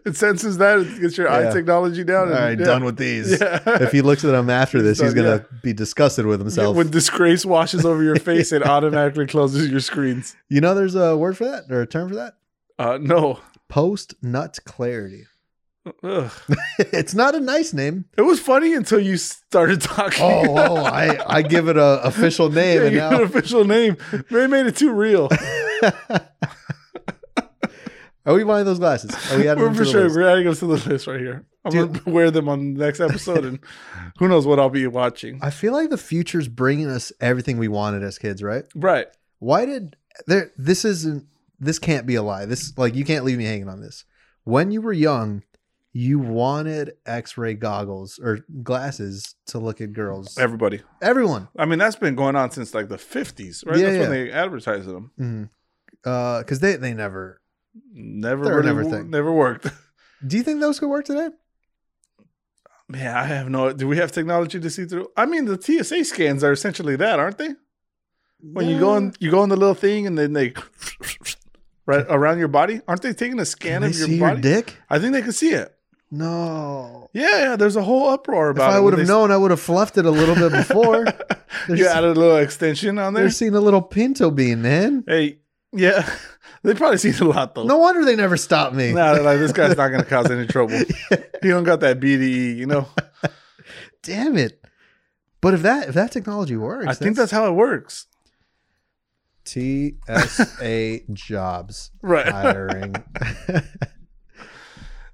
Speaker 1: It senses that. It gets your eye
Speaker 2: Yeah.
Speaker 1: technology down.
Speaker 2: All
Speaker 1: and-
Speaker 2: right,
Speaker 1: yeah.
Speaker 2: done with these.
Speaker 1: Yeah.
Speaker 2: If he looks at them after this,
Speaker 1: He's
Speaker 2: he's
Speaker 1: done,
Speaker 2: gonna be disgusted with himself.
Speaker 1: When disgrace washes over your face, it automatically closes your screens.
Speaker 2: you know, there's a word for that or a term for that.
Speaker 1: Uh, no.
Speaker 2: Post nut clarity.
Speaker 1: Ugh.
Speaker 2: it's not a nice name.
Speaker 1: It was funny until you started talking.
Speaker 2: Oh, oh I, I give it a official
Speaker 1: yeah,
Speaker 2: name,
Speaker 1: you had an
Speaker 2: and
Speaker 1: official name. They made it too real.
Speaker 2: now. Are we buying those glasses? Are we adding
Speaker 1: We're
Speaker 2: them to
Speaker 1: for
Speaker 2: the
Speaker 1: sure.
Speaker 2: list?
Speaker 1: We're adding them to the list right here. I'm
Speaker 2: Dude.
Speaker 1: gonna wear them on the next episode, and who knows what I'll be watching.
Speaker 2: I feel like the future's bringing us everything we wanted as kids, right?
Speaker 1: Right.
Speaker 2: Why did there? This isn't. This can't be a lie. This like you can't leave me hanging on this. When you were young, you wanted X-ray goggles or glasses to look at girls.
Speaker 1: Everybody.
Speaker 2: Everyone.
Speaker 1: I mean, that's been going on since like the 50s, right?
Speaker 2: Yeah,
Speaker 1: that's when
Speaker 2: yeah.
Speaker 1: they advertised them.
Speaker 2: Mm. Uh, because they they never.
Speaker 1: Never,
Speaker 2: Third
Speaker 1: really,
Speaker 2: everything.
Speaker 1: never worked.
Speaker 2: Do you think those could work today?
Speaker 1: Man, I have no. Do we have technology to see through? I mean, the TSA scans are essentially that, aren't they? When you go in, you go in the little thing, and then they right around your body. Aren't they taking a
Speaker 2: can
Speaker 1: scan
Speaker 2: they
Speaker 1: of your
Speaker 2: see your
Speaker 1: body?
Speaker 2: dick?
Speaker 1: I think they can see it.
Speaker 2: No.
Speaker 1: Yeah, yeah. There's a whole uproar
Speaker 2: If
Speaker 1: about. it
Speaker 2: I
Speaker 1: when
Speaker 2: would have
Speaker 1: they-
Speaker 2: known, I would have fluffed it a little bit before. There's-
Speaker 1: you added a little extension on there.
Speaker 2: They're seeing a little pinto bean, man.
Speaker 1: Hey, yeah, they probably seen a lot though.
Speaker 2: No wonder they never stopped me.
Speaker 1: No, they're like this guy's not gonna cause any trouble. He don't got that BDE, you know.
Speaker 2: Damn it. But if that if that technology works,
Speaker 1: I think that's how it works.
Speaker 2: TSA jobs
Speaker 1: Right.
Speaker 2: hiring.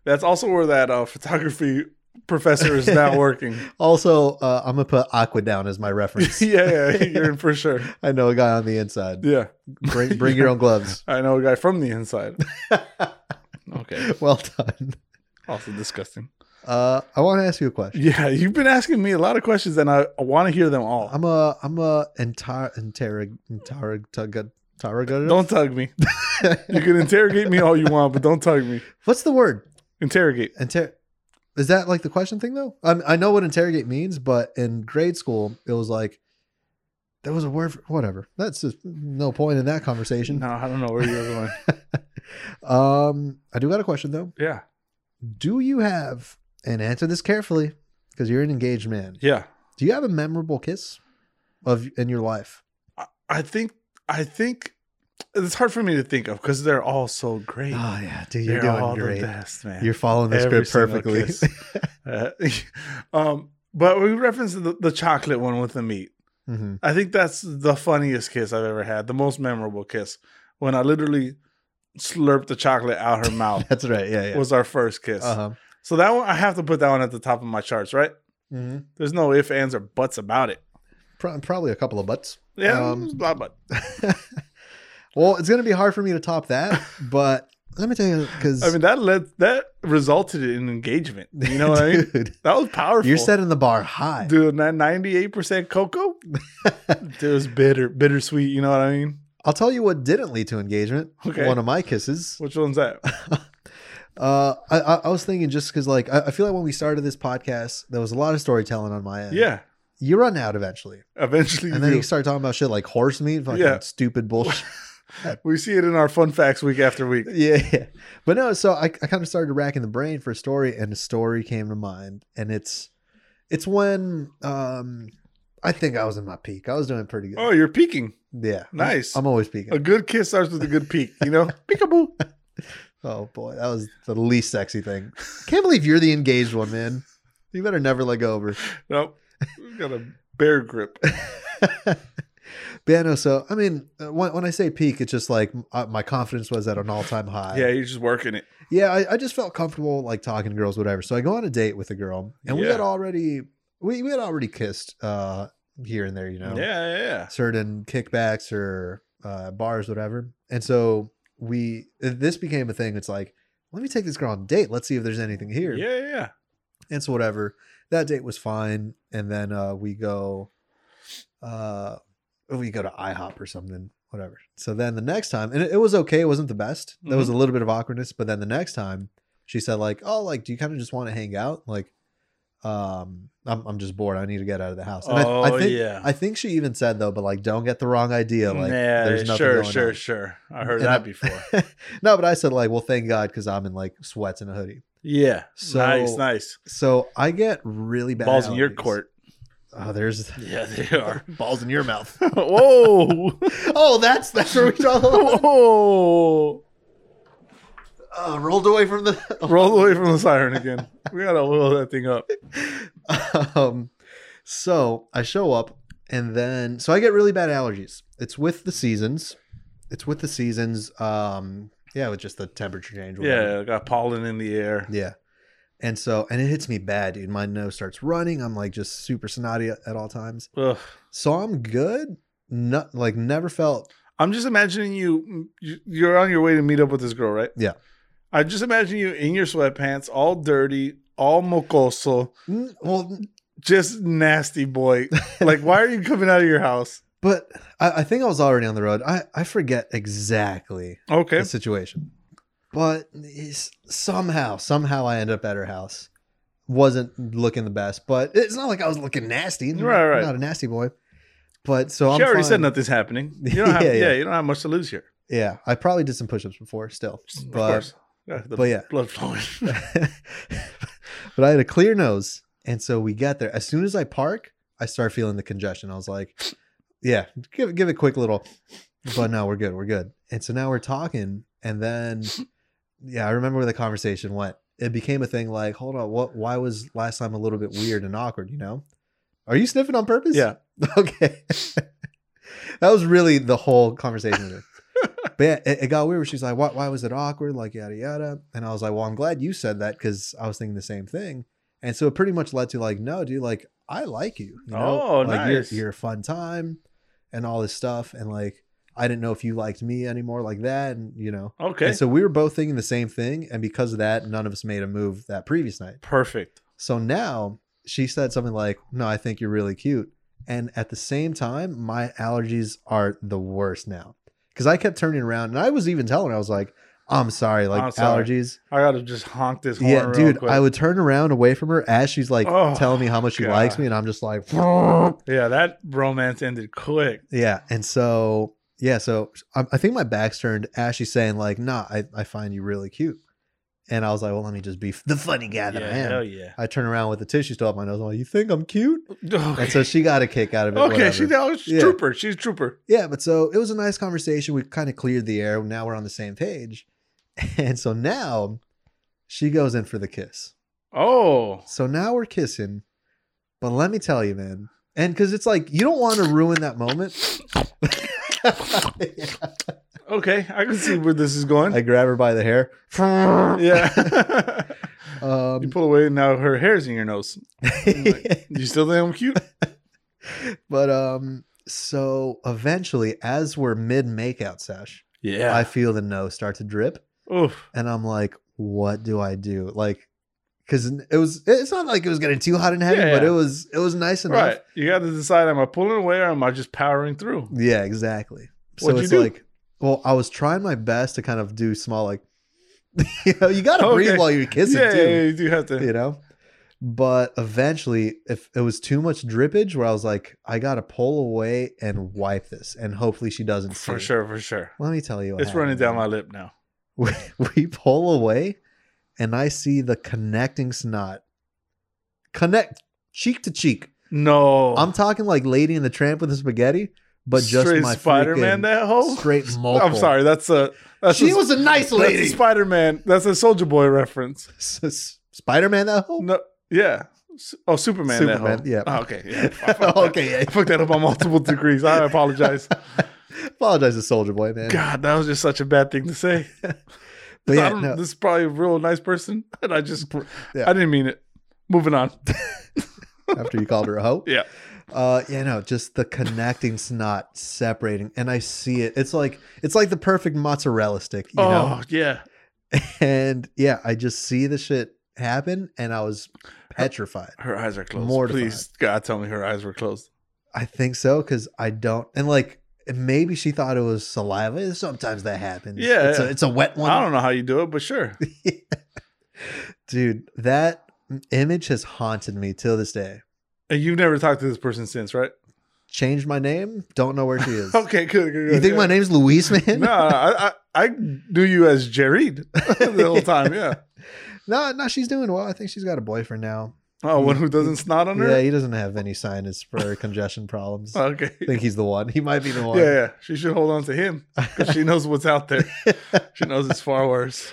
Speaker 1: That's also where that uh, photography professor is not working.
Speaker 2: also, uh, I'm gonna put Aqua down as my reference.
Speaker 1: yeah, yeah, you're in for sure.
Speaker 2: I know a guy on the inside.
Speaker 1: Yeah,
Speaker 2: Bring bring your own gloves.
Speaker 1: I know a guy from the inside. okay,
Speaker 2: Well done.
Speaker 1: also disgusting.
Speaker 2: Uh, I want to ask you a question.
Speaker 1: Yeah, you've been asking me a lot of questions, and I want to hear them all.
Speaker 2: I'm a I'm a entire interrog interrog interrog.
Speaker 1: don't tug me. You can interrogate me all you want, but don't tug me.
Speaker 2: What's the word?
Speaker 1: Interrogate.
Speaker 2: Inter- is that like the question thing though? I, I know what interrogate means, but in grade school, it was like there was a word for whatever. That's just no point in that conversation.
Speaker 1: No, I don't know where you're going.
Speaker 2: Um, I do got a question though.
Speaker 1: Yeah,
Speaker 2: Do you have and answer this carefully because you're an engaged man?
Speaker 1: yeah.
Speaker 2: Do you have a memorable kiss of in your life?
Speaker 1: I think I think it's hard for me to think of because they're all so great.
Speaker 2: Oh yeah, dude,
Speaker 1: They're
Speaker 2: you're
Speaker 1: all
Speaker 2: doing
Speaker 1: the
Speaker 2: great.
Speaker 1: best, man.
Speaker 2: You're following the
Speaker 1: Every
Speaker 2: script
Speaker 1: single
Speaker 2: perfectly.
Speaker 1: kiss. Uh, um, but we referenced the, the chocolate one with the meat.
Speaker 2: hmm
Speaker 1: I think that's the funniest kiss I've ever had, the most memorable kiss. When I literally slurped the chocolate out her mouth
Speaker 2: That's right. Yeah, yeah.
Speaker 1: was our first kiss.
Speaker 2: Uh-huh.
Speaker 1: So that one, I have to put that one at the top of my charts, right?
Speaker 2: hmm
Speaker 1: There's no ifs, ands, or buts about it.
Speaker 2: Pro- probably a couple of butts.
Speaker 1: Yeah,
Speaker 2: Um,
Speaker 1: it was blah, blah.
Speaker 2: Well, it's gonna be hard for me to top that, but let me tell you because
Speaker 1: I mean, that led that resulted in engagement. You know what I mean? That was powerful.
Speaker 2: You're setting the bar high.
Speaker 1: dude. Ninety-eight percent cocoa. Dude, it was bitter, bittersweet. You know what I mean?
Speaker 2: I'll tell you what didn't lead to engagement.
Speaker 1: Okay.
Speaker 2: One of my kisses.
Speaker 1: Which one's that?
Speaker 2: Uh, I, I I was thinking just because like I, I feel like when we started this podcast, there was a lot of storytelling on my end.
Speaker 1: Yeah.
Speaker 2: you run out eventually,
Speaker 1: Eventually, you
Speaker 2: and then
Speaker 1: do.
Speaker 2: you start talking about shit like horse meat, fucking
Speaker 1: Yeah.
Speaker 2: stupid bullshit.
Speaker 1: we see it in our fun facts week after week.
Speaker 2: yeah, yeah. But no, so I, I kind of started racking the brain for a story, and a story came to mind, and it's it's when um I think I was in my peak. I was doing pretty good.
Speaker 1: Oh, you're peeking.
Speaker 2: Yeah, I'm-
Speaker 1: Nice.
Speaker 2: I'm, always peaking.
Speaker 1: A good kiss starts with a good peek. You know, peekaboo.
Speaker 2: Oh boy, that was the least sexy thing. Can't believe you're the engaged one, man. You better never let go over.
Speaker 1: No, we got a bear grip.
Speaker 2: but yeah, no, so I mean, uh, when, when I say peak, it's just like m- uh, my confidence was at an all time high.
Speaker 1: Yeah, you're just working it.
Speaker 2: yeah. I, I just felt comfortable like talking to girls, whatever. So I go on a date with a girl, and we
Speaker 1: Yeah.
Speaker 2: had already we, we had already kissed uh here and there, you know.
Speaker 1: Yeah, yeah, yeah.
Speaker 2: certain kickbacks or uh, bars, whatever. And so we this became a thing. It's like, let me take this girl on a date. Let's see if there's anything here.
Speaker 1: Yeah, yeah, yeah.
Speaker 2: And so whatever. That date was fine. And then uh, we go uh we go to IHOP or something. Whatever.
Speaker 1: Mm-hmm.
Speaker 2: So then the next time, and it, it was okay, it wasn't the best. There was a little bit of awkwardness, but then the next time she said like, "Oh, like, do you kind of just want to hang out? Like, um, I'm I'm just bored. I need to get out of the house." And
Speaker 1: oh
Speaker 2: I, I think
Speaker 1: yeah.
Speaker 2: I think she even said though, but like, don't get the wrong idea. Like,
Speaker 1: yeah,
Speaker 2: there's nothing
Speaker 1: sure,
Speaker 2: going
Speaker 1: sure,
Speaker 2: on.
Speaker 1: sure. I heard
Speaker 2: And
Speaker 1: that
Speaker 2: I-
Speaker 1: before.
Speaker 2: no, but I said like, well, thank God because I'm in like sweats and a hoodie.
Speaker 1: Yeah.
Speaker 2: So-
Speaker 1: nice, nice.
Speaker 2: So I get really bad
Speaker 1: Balls in your
Speaker 2: allergies.
Speaker 1: court.
Speaker 2: Oh, there's
Speaker 1: Yeah, they are.
Speaker 2: balls in your mouth.
Speaker 1: Whoa.
Speaker 2: oh, that's that's where we talk. about.
Speaker 1: Whoa.
Speaker 2: Uh, rolled away from the
Speaker 1: Roll away from the siren again. We gotta oil that thing up.
Speaker 2: um, so I show up, and then so I get really bad allergies. It's with the seasons. It's with the seasons. Um, yeah, with just the temperature change. whatever.
Speaker 1: Yeah, got pollen in the air.
Speaker 2: yeah. And so, and it hits me bad, dude. My nose starts running. I'm like just super snotty at, at all times.
Speaker 1: Ugh.
Speaker 2: So I'm good. Not like never felt.
Speaker 1: I'm just imagining you. you- You're on your way to meet up with this girl, right?
Speaker 2: Yeah.
Speaker 1: I just imagine you in your sweatpants, all dirty, all mocoso,
Speaker 2: Mm, Well,
Speaker 1: just nasty boy. like, why are you coming out of your house?
Speaker 2: but I, I think I was already on the road. I I forget exactly
Speaker 1: Okay.
Speaker 2: the situation. But it's- somehow, somehow I end up at her house. Wasn't looking the best, but it's not like I was looking nasty.
Speaker 1: Right, right.
Speaker 2: Not a nasty boy. But so I'm
Speaker 1: she already said
Speaker 2: fine.
Speaker 1: nothing's happening. You don't have,
Speaker 2: Yeah,
Speaker 1: yeah,
Speaker 2: yeah.
Speaker 1: you don't have much to lose here.
Speaker 2: Yeah, I probably did some push-ups before, still.
Speaker 1: Of
Speaker 2: But
Speaker 1: course. Yeah, the
Speaker 2: but yeah.
Speaker 1: blood flowing.
Speaker 2: but I had a clear nose, and so we got there. As soon as I park, I start feeling the congestion. I was like, "Yeah, give give it a quick little." But no, we're good. We're good. And so now we're talking, and then yeah, I remember where the conversation went. It became a thing like, "Hold on, what? Why was last time a little bit weird and awkward?" You know? Are you sniffing on purpose?
Speaker 1: yeah.
Speaker 2: Okay. that was really the whole conversation. but yeah, it, it got weird. Where she's like, why, why was it awkward? Like, yada, yada. And I was like, well, I'm glad you said that because I was thinking the same thing. And so it pretty much led to like, no, dude, like, I like you. you know?
Speaker 1: Oh,
Speaker 2: like, you're-
Speaker 1: nice.
Speaker 2: You're, a fun time and all this stuff. And like, I didn't know if you liked me anymore like that. And, you know,
Speaker 1: Okay.
Speaker 2: and so we were both thinking the same thing. And because of that, none of us made a move that previous night.
Speaker 1: Perfect.
Speaker 2: So now she said something like, No, I think you're really cute. And at the same time, my allergies are the worst now. Cause I kept turning around and I was even telling her, I was like, I'm sorry, like
Speaker 1: I'm sorry.
Speaker 2: allergies.
Speaker 1: I gotta just honk this horn.
Speaker 2: Yeah,
Speaker 1: real
Speaker 2: dude,
Speaker 1: quick.
Speaker 2: I would turn around away from her as she's like
Speaker 1: Oh,
Speaker 2: telling me how much she
Speaker 1: God.
Speaker 2: likes me. And I'm just like,
Speaker 1: Yeah, that romance ended quick.
Speaker 2: Yeah. And so, yeah. So I, I think my back's turned as she's saying, like, Nah, I, I find you really cute. And I was like, Well, let me just be the funny guy that
Speaker 1: yeah,
Speaker 2: I am.
Speaker 1: hell yeah.
Speaker 2: I turn around with the tissue still up my nose. I'm like, You think I'm cute?
Speaker 1: Okay,
Speaker 2: And so she got a kick out of it.
Speaker 1: okay,
Speaker 2: whatever.
Speaker 1: she's, oh, she's
Speaker 2: Yeah.
Speaker 1: trooper. She's trooper.
Speaker 2: Yeah, but so it was a nice conversation. We kind of cleared the air. Now we're on the same page. And so now she goes in for the kiss.
Speaker 1: Oh,
Speaker 2: So now we're kissing. But let me tell you, man. And because it's like, you don't want to ruin that moment.
Speaker 1: okay, I can see where this is going.
Speaker 2: I grab her by the hair.
Speaker 1: yeah, you
Speaker 2: Um,
Speaker 1: pull away and now. Her hair's in your nose. You still think I'm cute?
Speaker 2: but um, so eventually, as we're mid makeout sesh, I
Speaker 1: Yeah.
Speaker 2: feel the nose start to drip.
Speaker 1: Oof.
Speaker 2: and I'm like, what do I do? Like, because it was, it's not like it was getting too hot and heavy,
Speaker 1: Yeah,
Speaker 2: but
Speaker 1: yeah.
Speaker 2: it was, it was nice enough.
Speaker 1: Right. You got to decide: am I pulling away or am I just powering through?
Speaker 2: Yeah, exactly. So
Speaker 1: What'd you
Speaker 2: it's
Speaker 1: do?
Speaker 2: like, well, I was trying my best to kind of do small, like, you know, you got to breathe
Speaker 1: Okay.
Speaker 2: while you're kissing
Speaker 1: yeah, yeah, yeah,
Speaker 2: too,
Speaker 1: you do have to.
Speaker 2: you know? But eventually, if it was too much drippage, where I was like, I got to pull away and wipe this, and hopefully she doesn't see.
Speaker 1: For sure, for sure.
Speaker 2: Let me tell you, what
Speaker 1: It's running
Speaker 2: happened,
Speaker 1: down
Speaker 2: man.
Speaker 1: my lip now.
Speaker 2: we, we pull away and I see the connecting snot connect cheek to cheek.
Speaker 1: No,
Speaker 2: I'm talking like Lady in the Tramp with the spaghetti, but just
Speaker 1: straight
Speaker 2: my
Speaker 1: Spider-Man.
Speaker 2: freaking
Speaker 1: That whole
Speaker 2: straight multiple.
Speaker 1: I'm sorry. That's a. That's
Speaker 2: she
Speaker 1: a,
Speaker 2: was a nice lady.
Speaker 1: Spider Man. That's a Soldier Boy reference.
Speaker 2: Spider Man that whole.
Speaker 1: No, yeah. S- Oh, Superman. that
Speaker 2: Superman,
Speaker 1: hoe.
Speaker 2: yeah.
Speaker 1: Oh, okay. Yeah. I fucked that-
Speaker 2: okay,
Speaker 1: I fucked that up on multiple degrees. I apologize.
Speaker 2: yeah. apologize to Soldier Boy, man.
Speaker 1: God, that was just such a bad thing to say.
Speaker 2: But
Speaker 1: I
Speaker 2: yeah,
Speaker 1: don't-
Speaker 2: no,
Speaker 1: This is probably a real nice person, and I just,
Speaker 2: Yeah.
Speaker 1: I didn't mean it. Moving on.
Speaker 2: after you called her a hoe.
Speaker 1: Yeah.
Speaker 2: Uh, you know, just the connecting snot separating, and I see it. It's like it's like the perfect mozzarella stick. You
Speaker 1: oh
Speaker 2: know?
Speaker 1: yeah.
Speaker 2: and yeah, I just see the shit happen, and I was
Speaker 1: Uh,
Speaker 2: petrified.
Speaker 1: Her eyes are closed.
Speaker 2: Mortified.
Speaker 1: Please, God, tell me her eyes were closed.
Speaker 2: I think so because I don't, and like maybe she thought it was saliva. Sometimes that happens.
Speaker 1: Yeah,
Speaker 2: it's, A,
Speaker 1: yeah.
Speaker 2: it's a wet one.
Speaker 1: I don't know how you do it, but sure.
Speaker 2: Dude, that image has haunted me till this day.
Speaker 1: And you've never talked to this person since, right?
Speaker 2: Changed my name. Don't know where she is.
Speaker 1: Okay, good. good, good
Speaker 2: you think
Speaker 1: Oh, yeah.
Speaker 2: my name's Luis, man?
Speaker 1: No, I, I I knew you as Jared the whole time. Yeah.
Speaker 2: no, no, she's doing well. I think she's got a boyfriend now.
Speaker 1: Oh, one who doesn't snot on her.
Speaker 2: Yeah, he doesn't have any sinus for congestion problems. I
Speaker 1: Okay.
Speaker 2: think he's the one. He might be the
Speaker 1: Yeah,
Speaker 2: one.
Speaker 1: yeah. She should hold on to him because she knows what's out there. She knows it's far worse.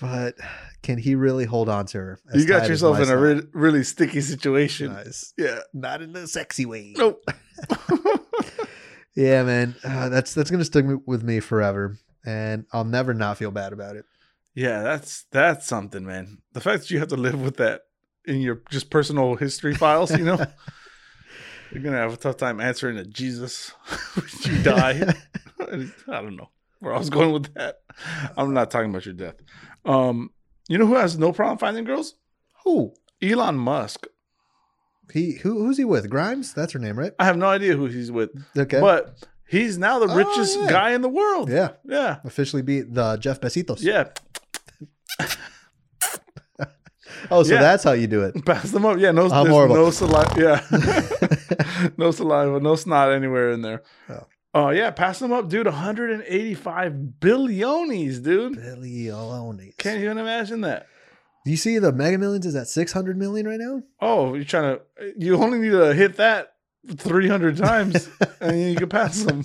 Speaker 2: But can he really hold on to her? as
Speaker 1: you got
Speaker 2: tight as
Speaker 1: yourself
Speaker 2: my
Speaker 1: in a
Speaker 2: snot?
Speaker 1: re- really sticky situation.
Speaker 2: Nice.
Speaker 1: Yeah.
Speaker 2: Not in a sexy way.
Speaker 1: Nope.
Speaker 2: Yeah, man. Uh, that's that's gonna stick me- with me forever, and I'll never not feel bad about it.
Speaker 1: yeah, that's that's something, man. The fact that you have to live with that in your just personal history files, you know. You're gonna have a tough time answering to Jesus when you die. I don't know where I was going with that. I'm not talking about your death. Um, you know who has no problem finding girls?
Speaker 2: Who?
Speaker 1: Elon Musk.
Speaker 2: He who who's he with? Grimes? That's her name, right?
Speaker 1: I have no idea who he's with,
Speaker 2: Okay.
Speaker 1: but he's now the
Speaker 2: Oh,
Speaker 1: richest
Speaker 2: yeah.
Speaker 1: guy in the world.
Speaker 2: yeah.
Speaker 1: yeah,
Speaker 2: Officially beat the Jeff Besitos.
Speaker 1: yeah.
Speaker 2: Oh, so
Speaker 1: Yeah.
Speaker 2: that's how you do it.
Speaker 1: Pass them up. Yeah, no,
Speaker 2: I'm
Speaker 1: there's
Speaker 2: horrible.
Speaker 1: no saliva. Yeah, no saliva, no snot anywhere in there.
Speaker 2: Oh.
Speaker 1: Oh yeah, pass them up, dude. 185 billionis, dude.
Speaker 2: Billy Alonis.
Speaker 1: Can't even imagine that.
Speaker 2: Do you see the Mega Millions is at six hundred million right now?
Speaker 1: Oh, you're trying to. You only need to hit that 300 times, and you can pass them.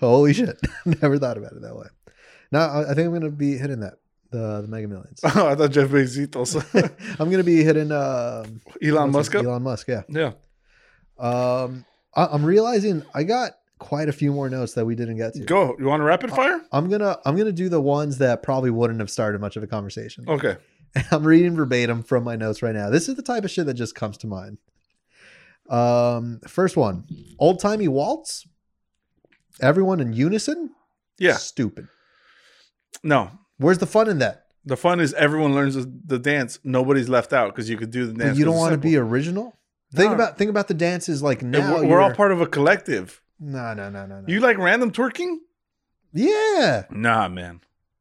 Speaker 2: Holy shit! Never thought about it that way. Now I, I think I'm gonna be hitting that the the Mega Millions.
Speaker 1: Oh, I thought Jeff Bezos,
Speaker 2: I'm gonna be hitting um,
Speaker 1: Elon
Speaker 2: what's
Speaker 1: Musk.
Speaker 2: it?
Speaker 1: up?
Speaker 2: Elon Musk, yeah.
Speaker 1: Yeah.
Speaker 2: Um, I, I'm realizing I got quite a few more notes that we didn't get to.
Speaker 1: Go. You want a
Speaker 2: Uh,
Speaker 1: rapid fire?
Speaker 2: I'm gonna I'm gonna do the ones that probably wouldn't have started much of a conversation.
Speaker 1: Okay.
Speaker 2: I'm reading verbatim from my notes right now. This is the type of shit that just comes to mind. Um, first one, old timey waltz. Everyone in unison.
Speaker 1: Yeah.
Speaker 2: stupid.
Speaker 1: No.
Speaker 2: Where's the fun in that?
Speaker 1: The fun is everyone learns the- the dance. Nobody's left out because you could do the
Speaker 2: But
Speaker 1: dance.
Speaker 2: you don't
Speaker 1: 'cause
Speaker 2: want to
Speaker 1: it's
Speaker 2: be
Speaker 1: simple.
Speaker 2: original. Think
Speaker 1: No.
Speaker 2: about think about the dances like
Speaker 1: And
Speaker 2: now.
Speaker 1: we're, we're all
Speaker 2: you're-
Speaker 1: part of a collective.
Speaker 2: No, no, no, no, no.
Speaker 1: You like random twerking?
Speaker 2: yeah,
Speaker 1: Nah, man.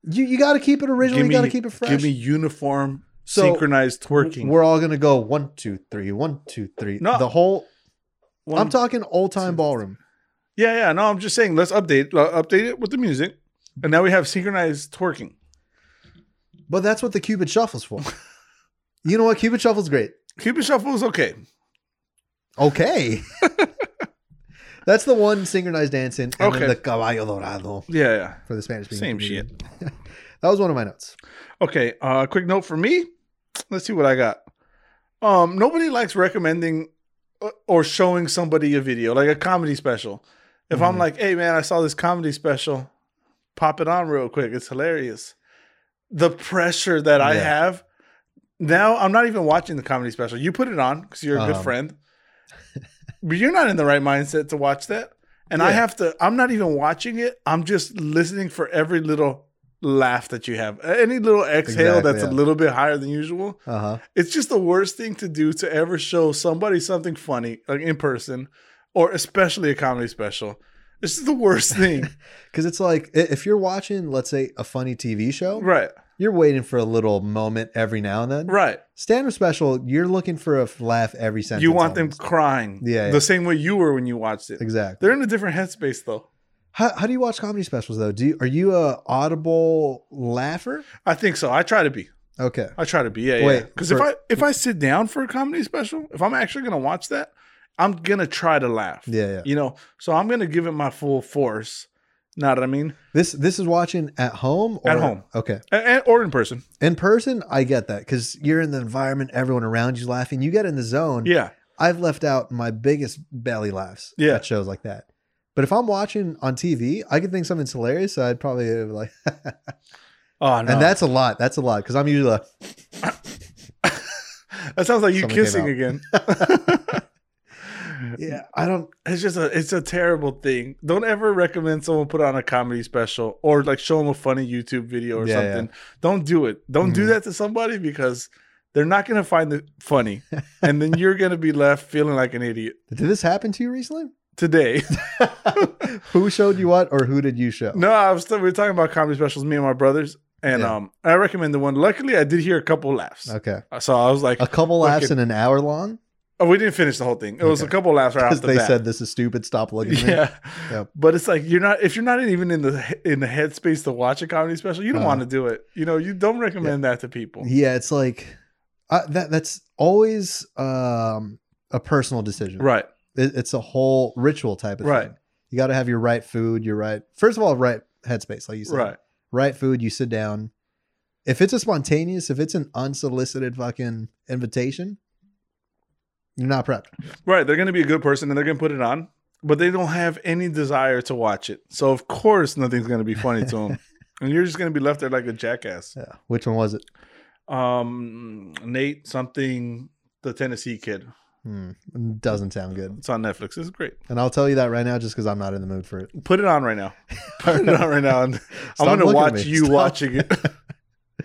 Speaker 2: you you got to keep it original.
Speaker 1: Give
Speaker 2: you got to
Speaker 1: me-
Speaker 2: keep it fresh.
Speaker 1: Give me uniform,
Speaker 2: So,
Speaker 1: synchronized twerking.
Speaker 2: We're all gonna go one, two, three, one, two, three.
Speaker 1: No.
Speaker 2: the whole.
Speaker 1: One-
Speaker 2: I'm talking old time
Speaker 1: two,
Speaker 2: ballroom.
Speaker 1: yeah, yeah. No, I'm just saying. Let's update, uh, update it with the music, and now we have synchronized twerking.
Speaker 2: But that's what the Cupid Shuffle's for. you know what? Cupid Shuffle's great.
Speaker 1: Cupid Shuffle is okay.
Speaker 2: Okay. that's the one synchronized dancing. And
Speaker 1: Okay.
Speaker 2: then the Caballo Dorado
Speaker 1: Yeah, yeah.
Speaker 2: for the Spanish speaking.
Speaker 1: Same
Speaker 2: community. That was one of my notes.
Speaker 1: Okay, uh quick note for me. Let's see what I got. Um nobody likes recommending uh, or showing somebody a video, like a comedy special. If I'm
Speaker 2: Mhm.
Speaker 1: like, "Hey man, I saw this comedy special. Pop it on real quick. It's hilarious." The pressure that I
Speaker 2: Yeah.
Speaker 1: have now, I'm not even watching the comedy special. You put it on cuz you're a good
Speaker 2: Um.
Speaker 1: friend. but you're not in the right mindset to watch that. And I
Speaker 2: Yeah.
Speaker 1: have to I'm not even watching it. I'm just listening for every little laugh that you have. Any little exhale
Speaker 2: Exactly,
Speaker 1: that's
Speaker 2: yeah.
Speaker 1: a little bit higher than usual.
Speaker 2: Uh huh.
Speaker 1: It's just the worst thing to do to ever show somebody something funny, like in person, or especially a comedy special. This is the worst thing.
Speaker 2: Because it's like i- if you're watching, let's say, a funny TV show,
Speaker 1: right.
Speaker 2: you're waiting for a little moment every now and then.
Speaker 1: Right.
Speaker 2: Stand up special, you're looking for a f- laugh every sentence.
Speaker 1: you want them
Speaker 2: almost.
Speaker 1: crying.
Speaker 2: Yeah,
Speaker 1: The
Speaker 2: yeah.
Speaker 1: same way you were when you watched it.
Speaker 2: exactly.
Speaker 1: They're in a different headspace though.
Speaker 2: How, how do you watch comedy specials though? Do you, are you a audible laugher?
Speaker 1: I think so. I try to be.
Speaker 2: Okay.
Speaker 1: I try to be, yeah, yeah.
Speaker 2: Wait,
Speaker 1: Because if
Speaker 2: for-
Speaker 1: I if I sit down for a comedy special, if I'm actually gonna watch that, I'm gonna try to laugh.
Speaker 2: Yeah, yeah.
Speaker 1: You know, so I'm gonna give it my full force. Know what I mean?
Speaker 2: This this is watching at home or
Speaker 1: At home.
Speaker 2: Okay.
Speaker 1: A- and, or in person.
Speaker 2: In person, I get that cuz you're in the environment, everyone around you's laughing, you get in the zone.
Speaker 1: Yeah,
Speaker 2: I've left out my biggest belly laughs
Speaker 1: Yeah.
Speaker 2: at shows like that. But if I'm watching on TV, I could think something's hilarious, so I'd probably be like
Speaker 1: Oh no.
Speaker 2: And that's a lot. That's a lot cuz I'm usually like
Speaker 1: that sounds like you
Speaker 2: Something came
Speaker 1: kissing
Speaker 2: out.
Speaker 1: again.
Speaker 2: yeah, I don't
Speaker 1: it's just a it's a terrible thing. Don't ever recommend someone put on a comedy special or like show them a funny YouTube video or
Speaker 2: Yeah, yeah.
Speaker 1: something. Don't do it. Don't do
Speaker 2: Mhm.
Speaker 1: that to somebody because they're not gonna find it funny, and then you're gonna be left feeling like an idiot
Speaker 2: Did this happen to you recently?
Speaker 1: today.
Speaker 2: who showed you what or who did you show?
Speaker 1: No, I was still, we were talking about comedy specials, me and my brothers, and
Speaker 2: Yeah.
Speaker 1: um, I recommend the one. Luckily, I did hear a couple laughs,
Speaker 2: Okay.
Speaker 1: so I was like,
Speaker 2: A couple laughs
Speaker 1: Wicked.
Speaker 2: in an hour long
Speaker 1: oh, we didn't finish the whole thing. It was
Speaker 2: Okay.
Speaker 1: a couple laughs right
Speaker 2: because
Speaker 1: off the
Speaker 2: they
Speaker 1: bat.
Speaker 2: said this is stupid. Stop looking. at me."
Speaker 1: yeah.
Speaker 2: Yep.
Speaker 1: But it's like you're not if you're not even in the in the headspace to watch a comedy special, you don't
Speaker 2: Uh-huh.
Speaker 1: want to do it. You know, you don't recommend that to people.
Speaker 2: Yeah, it's like uh, that. That's always um, a personal decision,
Speaker 1: Right.
Speaker 2: It, it's a whole ritual type of
Speaker 1: Right.
Speaker 2: thing. You got to have your right food, your right. First of all, right headspace, like you said.
Speaker 1: Right.
Speaker 2: Right food. You sit down. If it's a spontaneous, if it's an unsolicited fucking invitation, you're not prepped.
Speaker 1: Right. They're going to be a good person and they're going to put it on, but they don't have any desire to watch it. So of course nothing's going to be funny to them. And you're just going to be left there like a jackass.
Speaker 2: Yeah. Which one was it?
Speaker 1: Um Nate something the Tennessee kid.
Speaker 2: Hmm. Doesn't sound good.
Speaker 1: It's on Netflix. It's great.
Speaker 2: And I'll tell you that right now, just because I'm not in the mood for it.
Speaker 1: Put it on right now. Put it on right now. And
Speaker 2: Stop
Speaker 1: I'm going to
Speaker 2: looking at
Speaker 1: watch
Speaker 2: me.
Speaker 1: you
Speaker 2: Stop.
Speaker 1: watching it.
Speaker 2: Uh,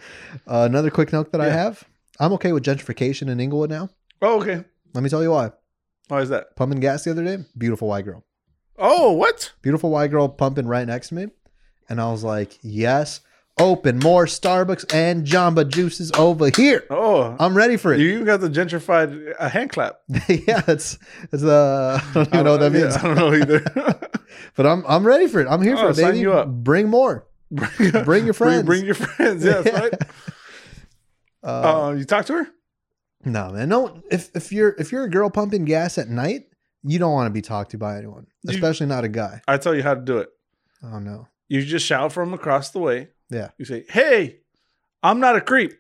Speaker 2: another quick note that I
Speaker 1: Yeah.
Speaker 2: have: I'm okay with gentrification in Inglewood now.
Speaker 1: Oh, okay.
Speaker 2: Let me tell you why.
Speaker 1: Why is that?
Speaker 2: Pumping gas the other day. Beautiful white girl.
Speaker 1: Oh, what?
Speaker 2: Beautiful white girl pumping right next to me, and I was like, "Yes, open more Starbucks and Jamba juices over here.
Speaker 1: Oh,
Speaker 2: I'm ready for it."
Speaker 1: you even got the gentrified uh, hand clap.
Speaker 2: yeah, that's that's uh, I don't even know what that
Speaker 1: yeah,
Speaker 2: means,
Speaker 1: I don't know either.
Speaker 2: but I'm I'm ready for it. I'm here
Speaker 1: Oh,
Speaker 2: for it,
Speaker 1: sign
Speaker 2: baby.
Speaker 1: you up.
Speaker 2: Bring more.
Speaker 1: bring,
Speaker 2: Bring your friends.
Speaker 1: Bring, your friends. Yeah, that's right.
Speaker 2: Uh,
Speaker 1: Uh, you talk to her?
Speaker 2: no, man, no. If if you're if you're a girl pumping gas at night, you don't want to be talked to by anyone,
Speaker 1: You-
Speaker 2: especially not a guy.
Speaker 1: I tell you how to do it.
Speaker 2: Oh no.
Speaker 1: You just shout from across the way.
Speaker 2: Yeah.
Speaker 1: You say, "Hey, I'm not a creep,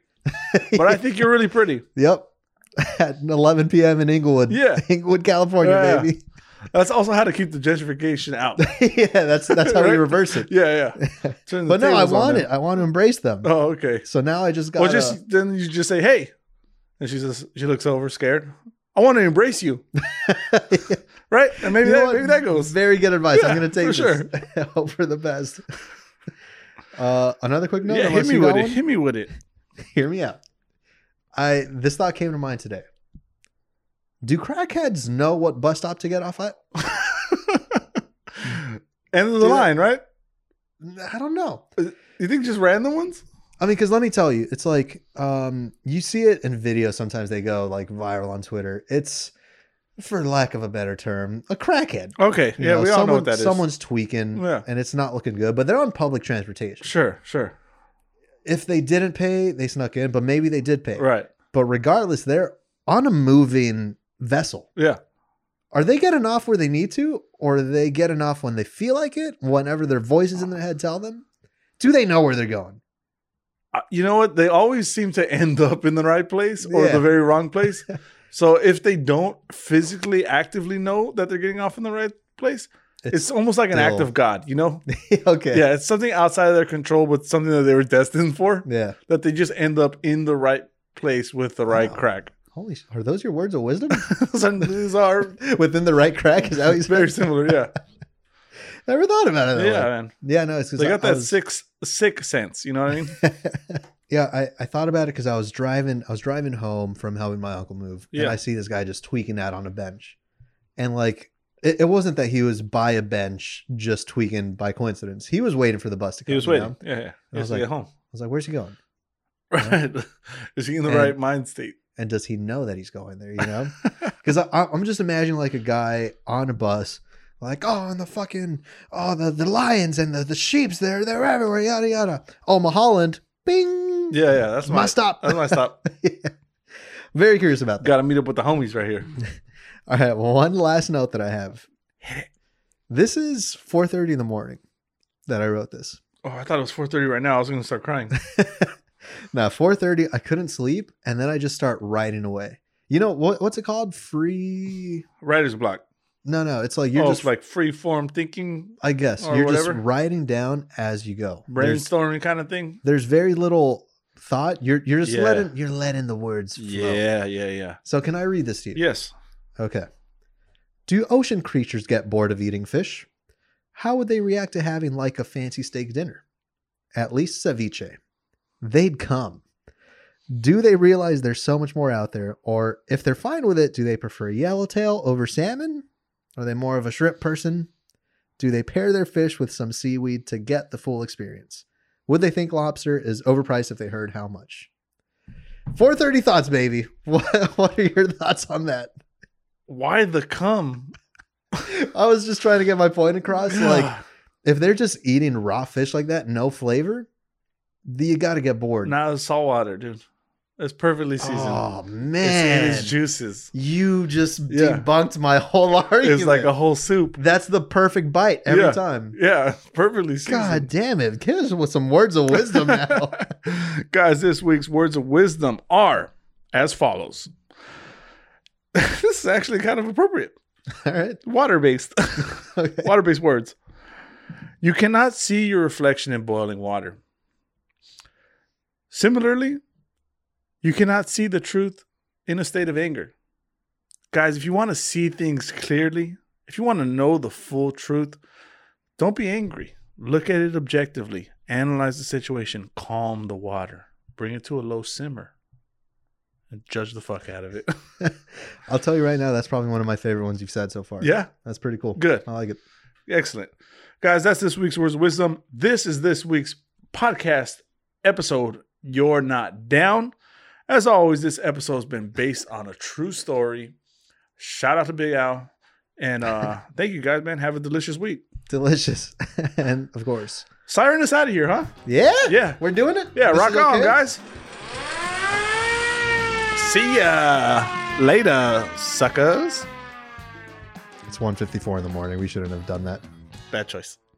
Speaker 1: but I think you're really pretty."
Speaker 2: Yep. At 11 p.m. in Inglewood.
Speaker 1: Yeah.
Speaker 2: Inglewood, California,
Speaker 1: Yeah.
Speaker 2: baby.
Speaker 1: That's also how to keep the gentrification out.
Speaker 2: yeah, that's that's how we
Speaker 1: Right?
Speaker 2: reverse it.
Speaker 1: Yeah, yeah. Turn the
Speaker 2: But no, I
Speaker 1: tables on
Speaker 2: want
Speaker 1: them.
Speaker 2: it. I want to embrace them.
Speaker 1: Oh, okay.
Speaker 2: So now I just got.
Speaker 1: well, just then you just say, "Hey," and she says she looks over scared. I want to embrace you, right? And maybe that maybe that goes.
Speaker 2: Very good advice.
Speaker 1: Yeah,
Speaker 2: I'm going to take
Speaker 1: for
Speaker 2: this. Hope for the best. Uh, another quick note.
Speaker 1: yeah, hit
Speaker 2: unless
Speaker 1: me
Speaker 2: you
Speaker 1: with
Speaker 2: got
Speaker 1: it.
Speaker 2: one?
Speaker 1: Hit me with it.
Speaker 2: Hear me out. I this thought came to mind today. Do crackheads know what bus stop to get off at?
Speaker 1: End of the
Speaker 2: Do that.
Speaker 1: line, right?
Speaker 2: I don't know.
Speaker 1: You think just random ones?
Speaker 2: I mean, because let me tell you, it's like um, you see it in videos. Sometimes they go like viral on Twitter. It's, for lack of a better term, a crackhead.
Speaker 1: Okay,
Speaker 2: You
Speaker 1: yeah,
Speaker 2: know,
Speaker 1: we all know what that is.
Speaker 2: Someone's tweaking,
Speaker 1: Yeah.
Speaker 2: and it's not looking good. But they're on public transportation.
Speaker 1: Sure, sure,
Speaker 2: If they didn't pay, they snuck in. But maybe they did pay.
Speaker 1: right.
Speaker 2: But regardless, they're on a moving vessel.
Speaker 1: Yeah.
Speaker 2: Are they getting off where they need to, or are they getting off when they feel like it, whenever their voices in their head tell them? Do they know where they're going?
Speaker 1: Uh, You know what? They always seem to end up in the right place or
Speaker 2: Yeah.
Speaker 1: the very wrong place. so if they don't physically actively know that they're getting off in the right place, it's,
Speaker 2: It's
Speaker 1: almost like an act
Speaker 2: still-
Speaker 1: of God, you know?
Speaker 2: okay.
Speaker 1: Yeah, it's something outside of their control, but something that they were destined for.
Speaker 2: Yeah.
Speaker 1: That they just end up in the right place with the right
Speaker 2: Wow.
Speaker 1: crack.
Speaker 2: Holy, sh- are those your words of wisdom?
Speaker 1: Some- These are
Speaker 2: Within the right crack? Is that what you
Speaker 1: very
Speaker 2: said?
Speaker 1: similar. Yeah,
Speaker 2: Never thought about it. That
Speaker 1: yeah,
Speaker 2: Way.
Speaker 1: man.
Speaker 2: Yeah, no, it's because
Speaker 1: They
Speaker 2: I,
Speaker 1: got
Speaker 2: I
Speaker 1: that
Speaker 2: was-
Speaker 1: six sick sense. You know what I mean?
Speaker 2: yeah, I, I thought about it because I was driving. I was driving home from helping my uncle move, and
Speaker 1: Yeah.
Speaker 2: I see this guy just tweaking out on a bench, and like it, it wasn't that he was by a bench just tweaking by coincidence. He was waiting for the bus to come.
Speaker 1: He was
Speaker 2: you know?
Speaker 1: waiting. Yeah, yeah.
Speaker 2: I
Speaker 1: He
Speaker 2: was
Speaker 1: has to
Speaker 2: like-
Speaker 1: get home.
Speaker 2: I was like, "Where's he going?
Speaker 1: Right. Is he in the
Speaker 2: And-
Speaker 1: right mind state?
Speaker 2: And does he know that he's going there? You know." Because I'm just imagining like a guy on a bus, like, oh, and the fucking, oh, the, the lions and the, the sheeps, they're, they're everywhere, yada, yada. Oh, Mulholland, bing.
Speaker 1: Yeah, yeah. That's
Speaker 2: my,
Speaker 1: my,
Speaker 2: stop.
Speaker 1: That's my stop.
Speaker 2: Very curious about that.
Speaker 1: Got to meet up with the homies right here.
Speaker 2: All right, one last note that I have. This is 4.30 in the morning that I wrote this.
Speaker 1: Oh, I thought it was 4:30 right now. I was gonna start crying.
Speaker 2: Now, 4.30, I couldn't sleep, and then I just start writing away. You know, what, what's it called? Free...
Speaker 1: Writer's block.
Speaker 2: No, no, it's like
Speaker 1: You're
Speaker 2: you're
Speaker 1: oh,
Speaker 2: just
Speaker 1: just like free form thinking,
Speaker 2: I guess
Speaker 1: or
Speaker 2: you're
Speaker 1: whatever.
Speaker 2: just writing down as you go. There's-
Speaker 1: brainstorming kind of thing.
Speaker 2: there's very little thought. You're you're just
Speaker 1: Yeah.
Speaker 2: letting you're letting the words flow.
Speaker 1: yeah, yeah.
Speaker 2: So can I read this to you?
Speaker 1: Yes.
Speaker 2: Okay. Do ocean creatures get bored of eating fish? How would they react to having like a fancy steak dinner? At least ceviche. They'd come. Do they realize there's so much more out there? Or if they're fine with it, do they prefer yellowtail over salmon? Are they more of a shrimp person? Do they pair their fish with some seaweed to get the full experience? Would they think lobster is overpriced if they heard how much? 430 thoughts, baby. What, what are your thoughts on that?
Speaker 1: Why the cum?
Speaker 2: I was just trying to get my point across. Like,
Speaker 1: God.
Speaker 2: if they're just eating raw fish like that, no flavor, then you got to get bored.
Speaker 1: now it's salt water, dude. It's perfectly seasoned.
Speaker 2: oh,
Speaker 1: it's in
Speaker 2: man.
Speaker 1: its juices.
Speaker 2: you just
Speaker 1: Yeah.
Speaker 2: debunked my whole argument.
Speaker 1: It's like a whole soup.
Speaker 2: That's the perfect bite every
Speaker 1: Yeah.
Speaker 2: time.
Speaker 1: Yeah, perfectly
Speaker 2: God
Speaker 1: seasoned.
Speaker 2: damn it. Give us with some words of wisdom now.
Speaker 1: Guys, this week's words of wisdom are as follows. this is actually kind of appropriate.
Speaker 2: All right.
Speaker 1: Water based.
Speaker 2: Okay.
Speaker 1: water based words. You cannot see your reflection in boiling water. Similarly, you cannot see the truth in a state of anger. Guys, if you want to see things clearly, if you want to know the full truth, don't be angry. Look at it objectively, analyze the situation, calm the water, bring it to a low simmer, and judge the fuck out of it.
Speaker 2: I'll tell you right now, that's probably one of my favorite ones you've said so far.
Speaker 1: yeah,
Speaker 2: That's pretty cool.
Speaker 1: good.
Speaker 2: I like it.
Speaker 1: Excellent. Guys, that's this week's Words of Wisdom. This is this week's podcast episode, You're Not Down. As always, this episode has been based on a true story. Shout out to Big Al. And uh thank you guys, man. Have a delicious week.
Speaker 2: Delicious. and of course.
Speaker 1: Siren us out of here, huh?
Speaker 2: Yeah.
Speaker 1: Yeah.
Speaker 2: We're doing it.
Speaker 1: Yeah,
Speaker 2: This
Speaker 1: rock
Speaker 2: is
Speaker 1: on,
Speaker 2: okay?
Speaker 1: guys. See ya later, suckers.
Speaker 2: It's 1.54 in the morning. We shouldn't have done that.
Speaker 1: Bad choice.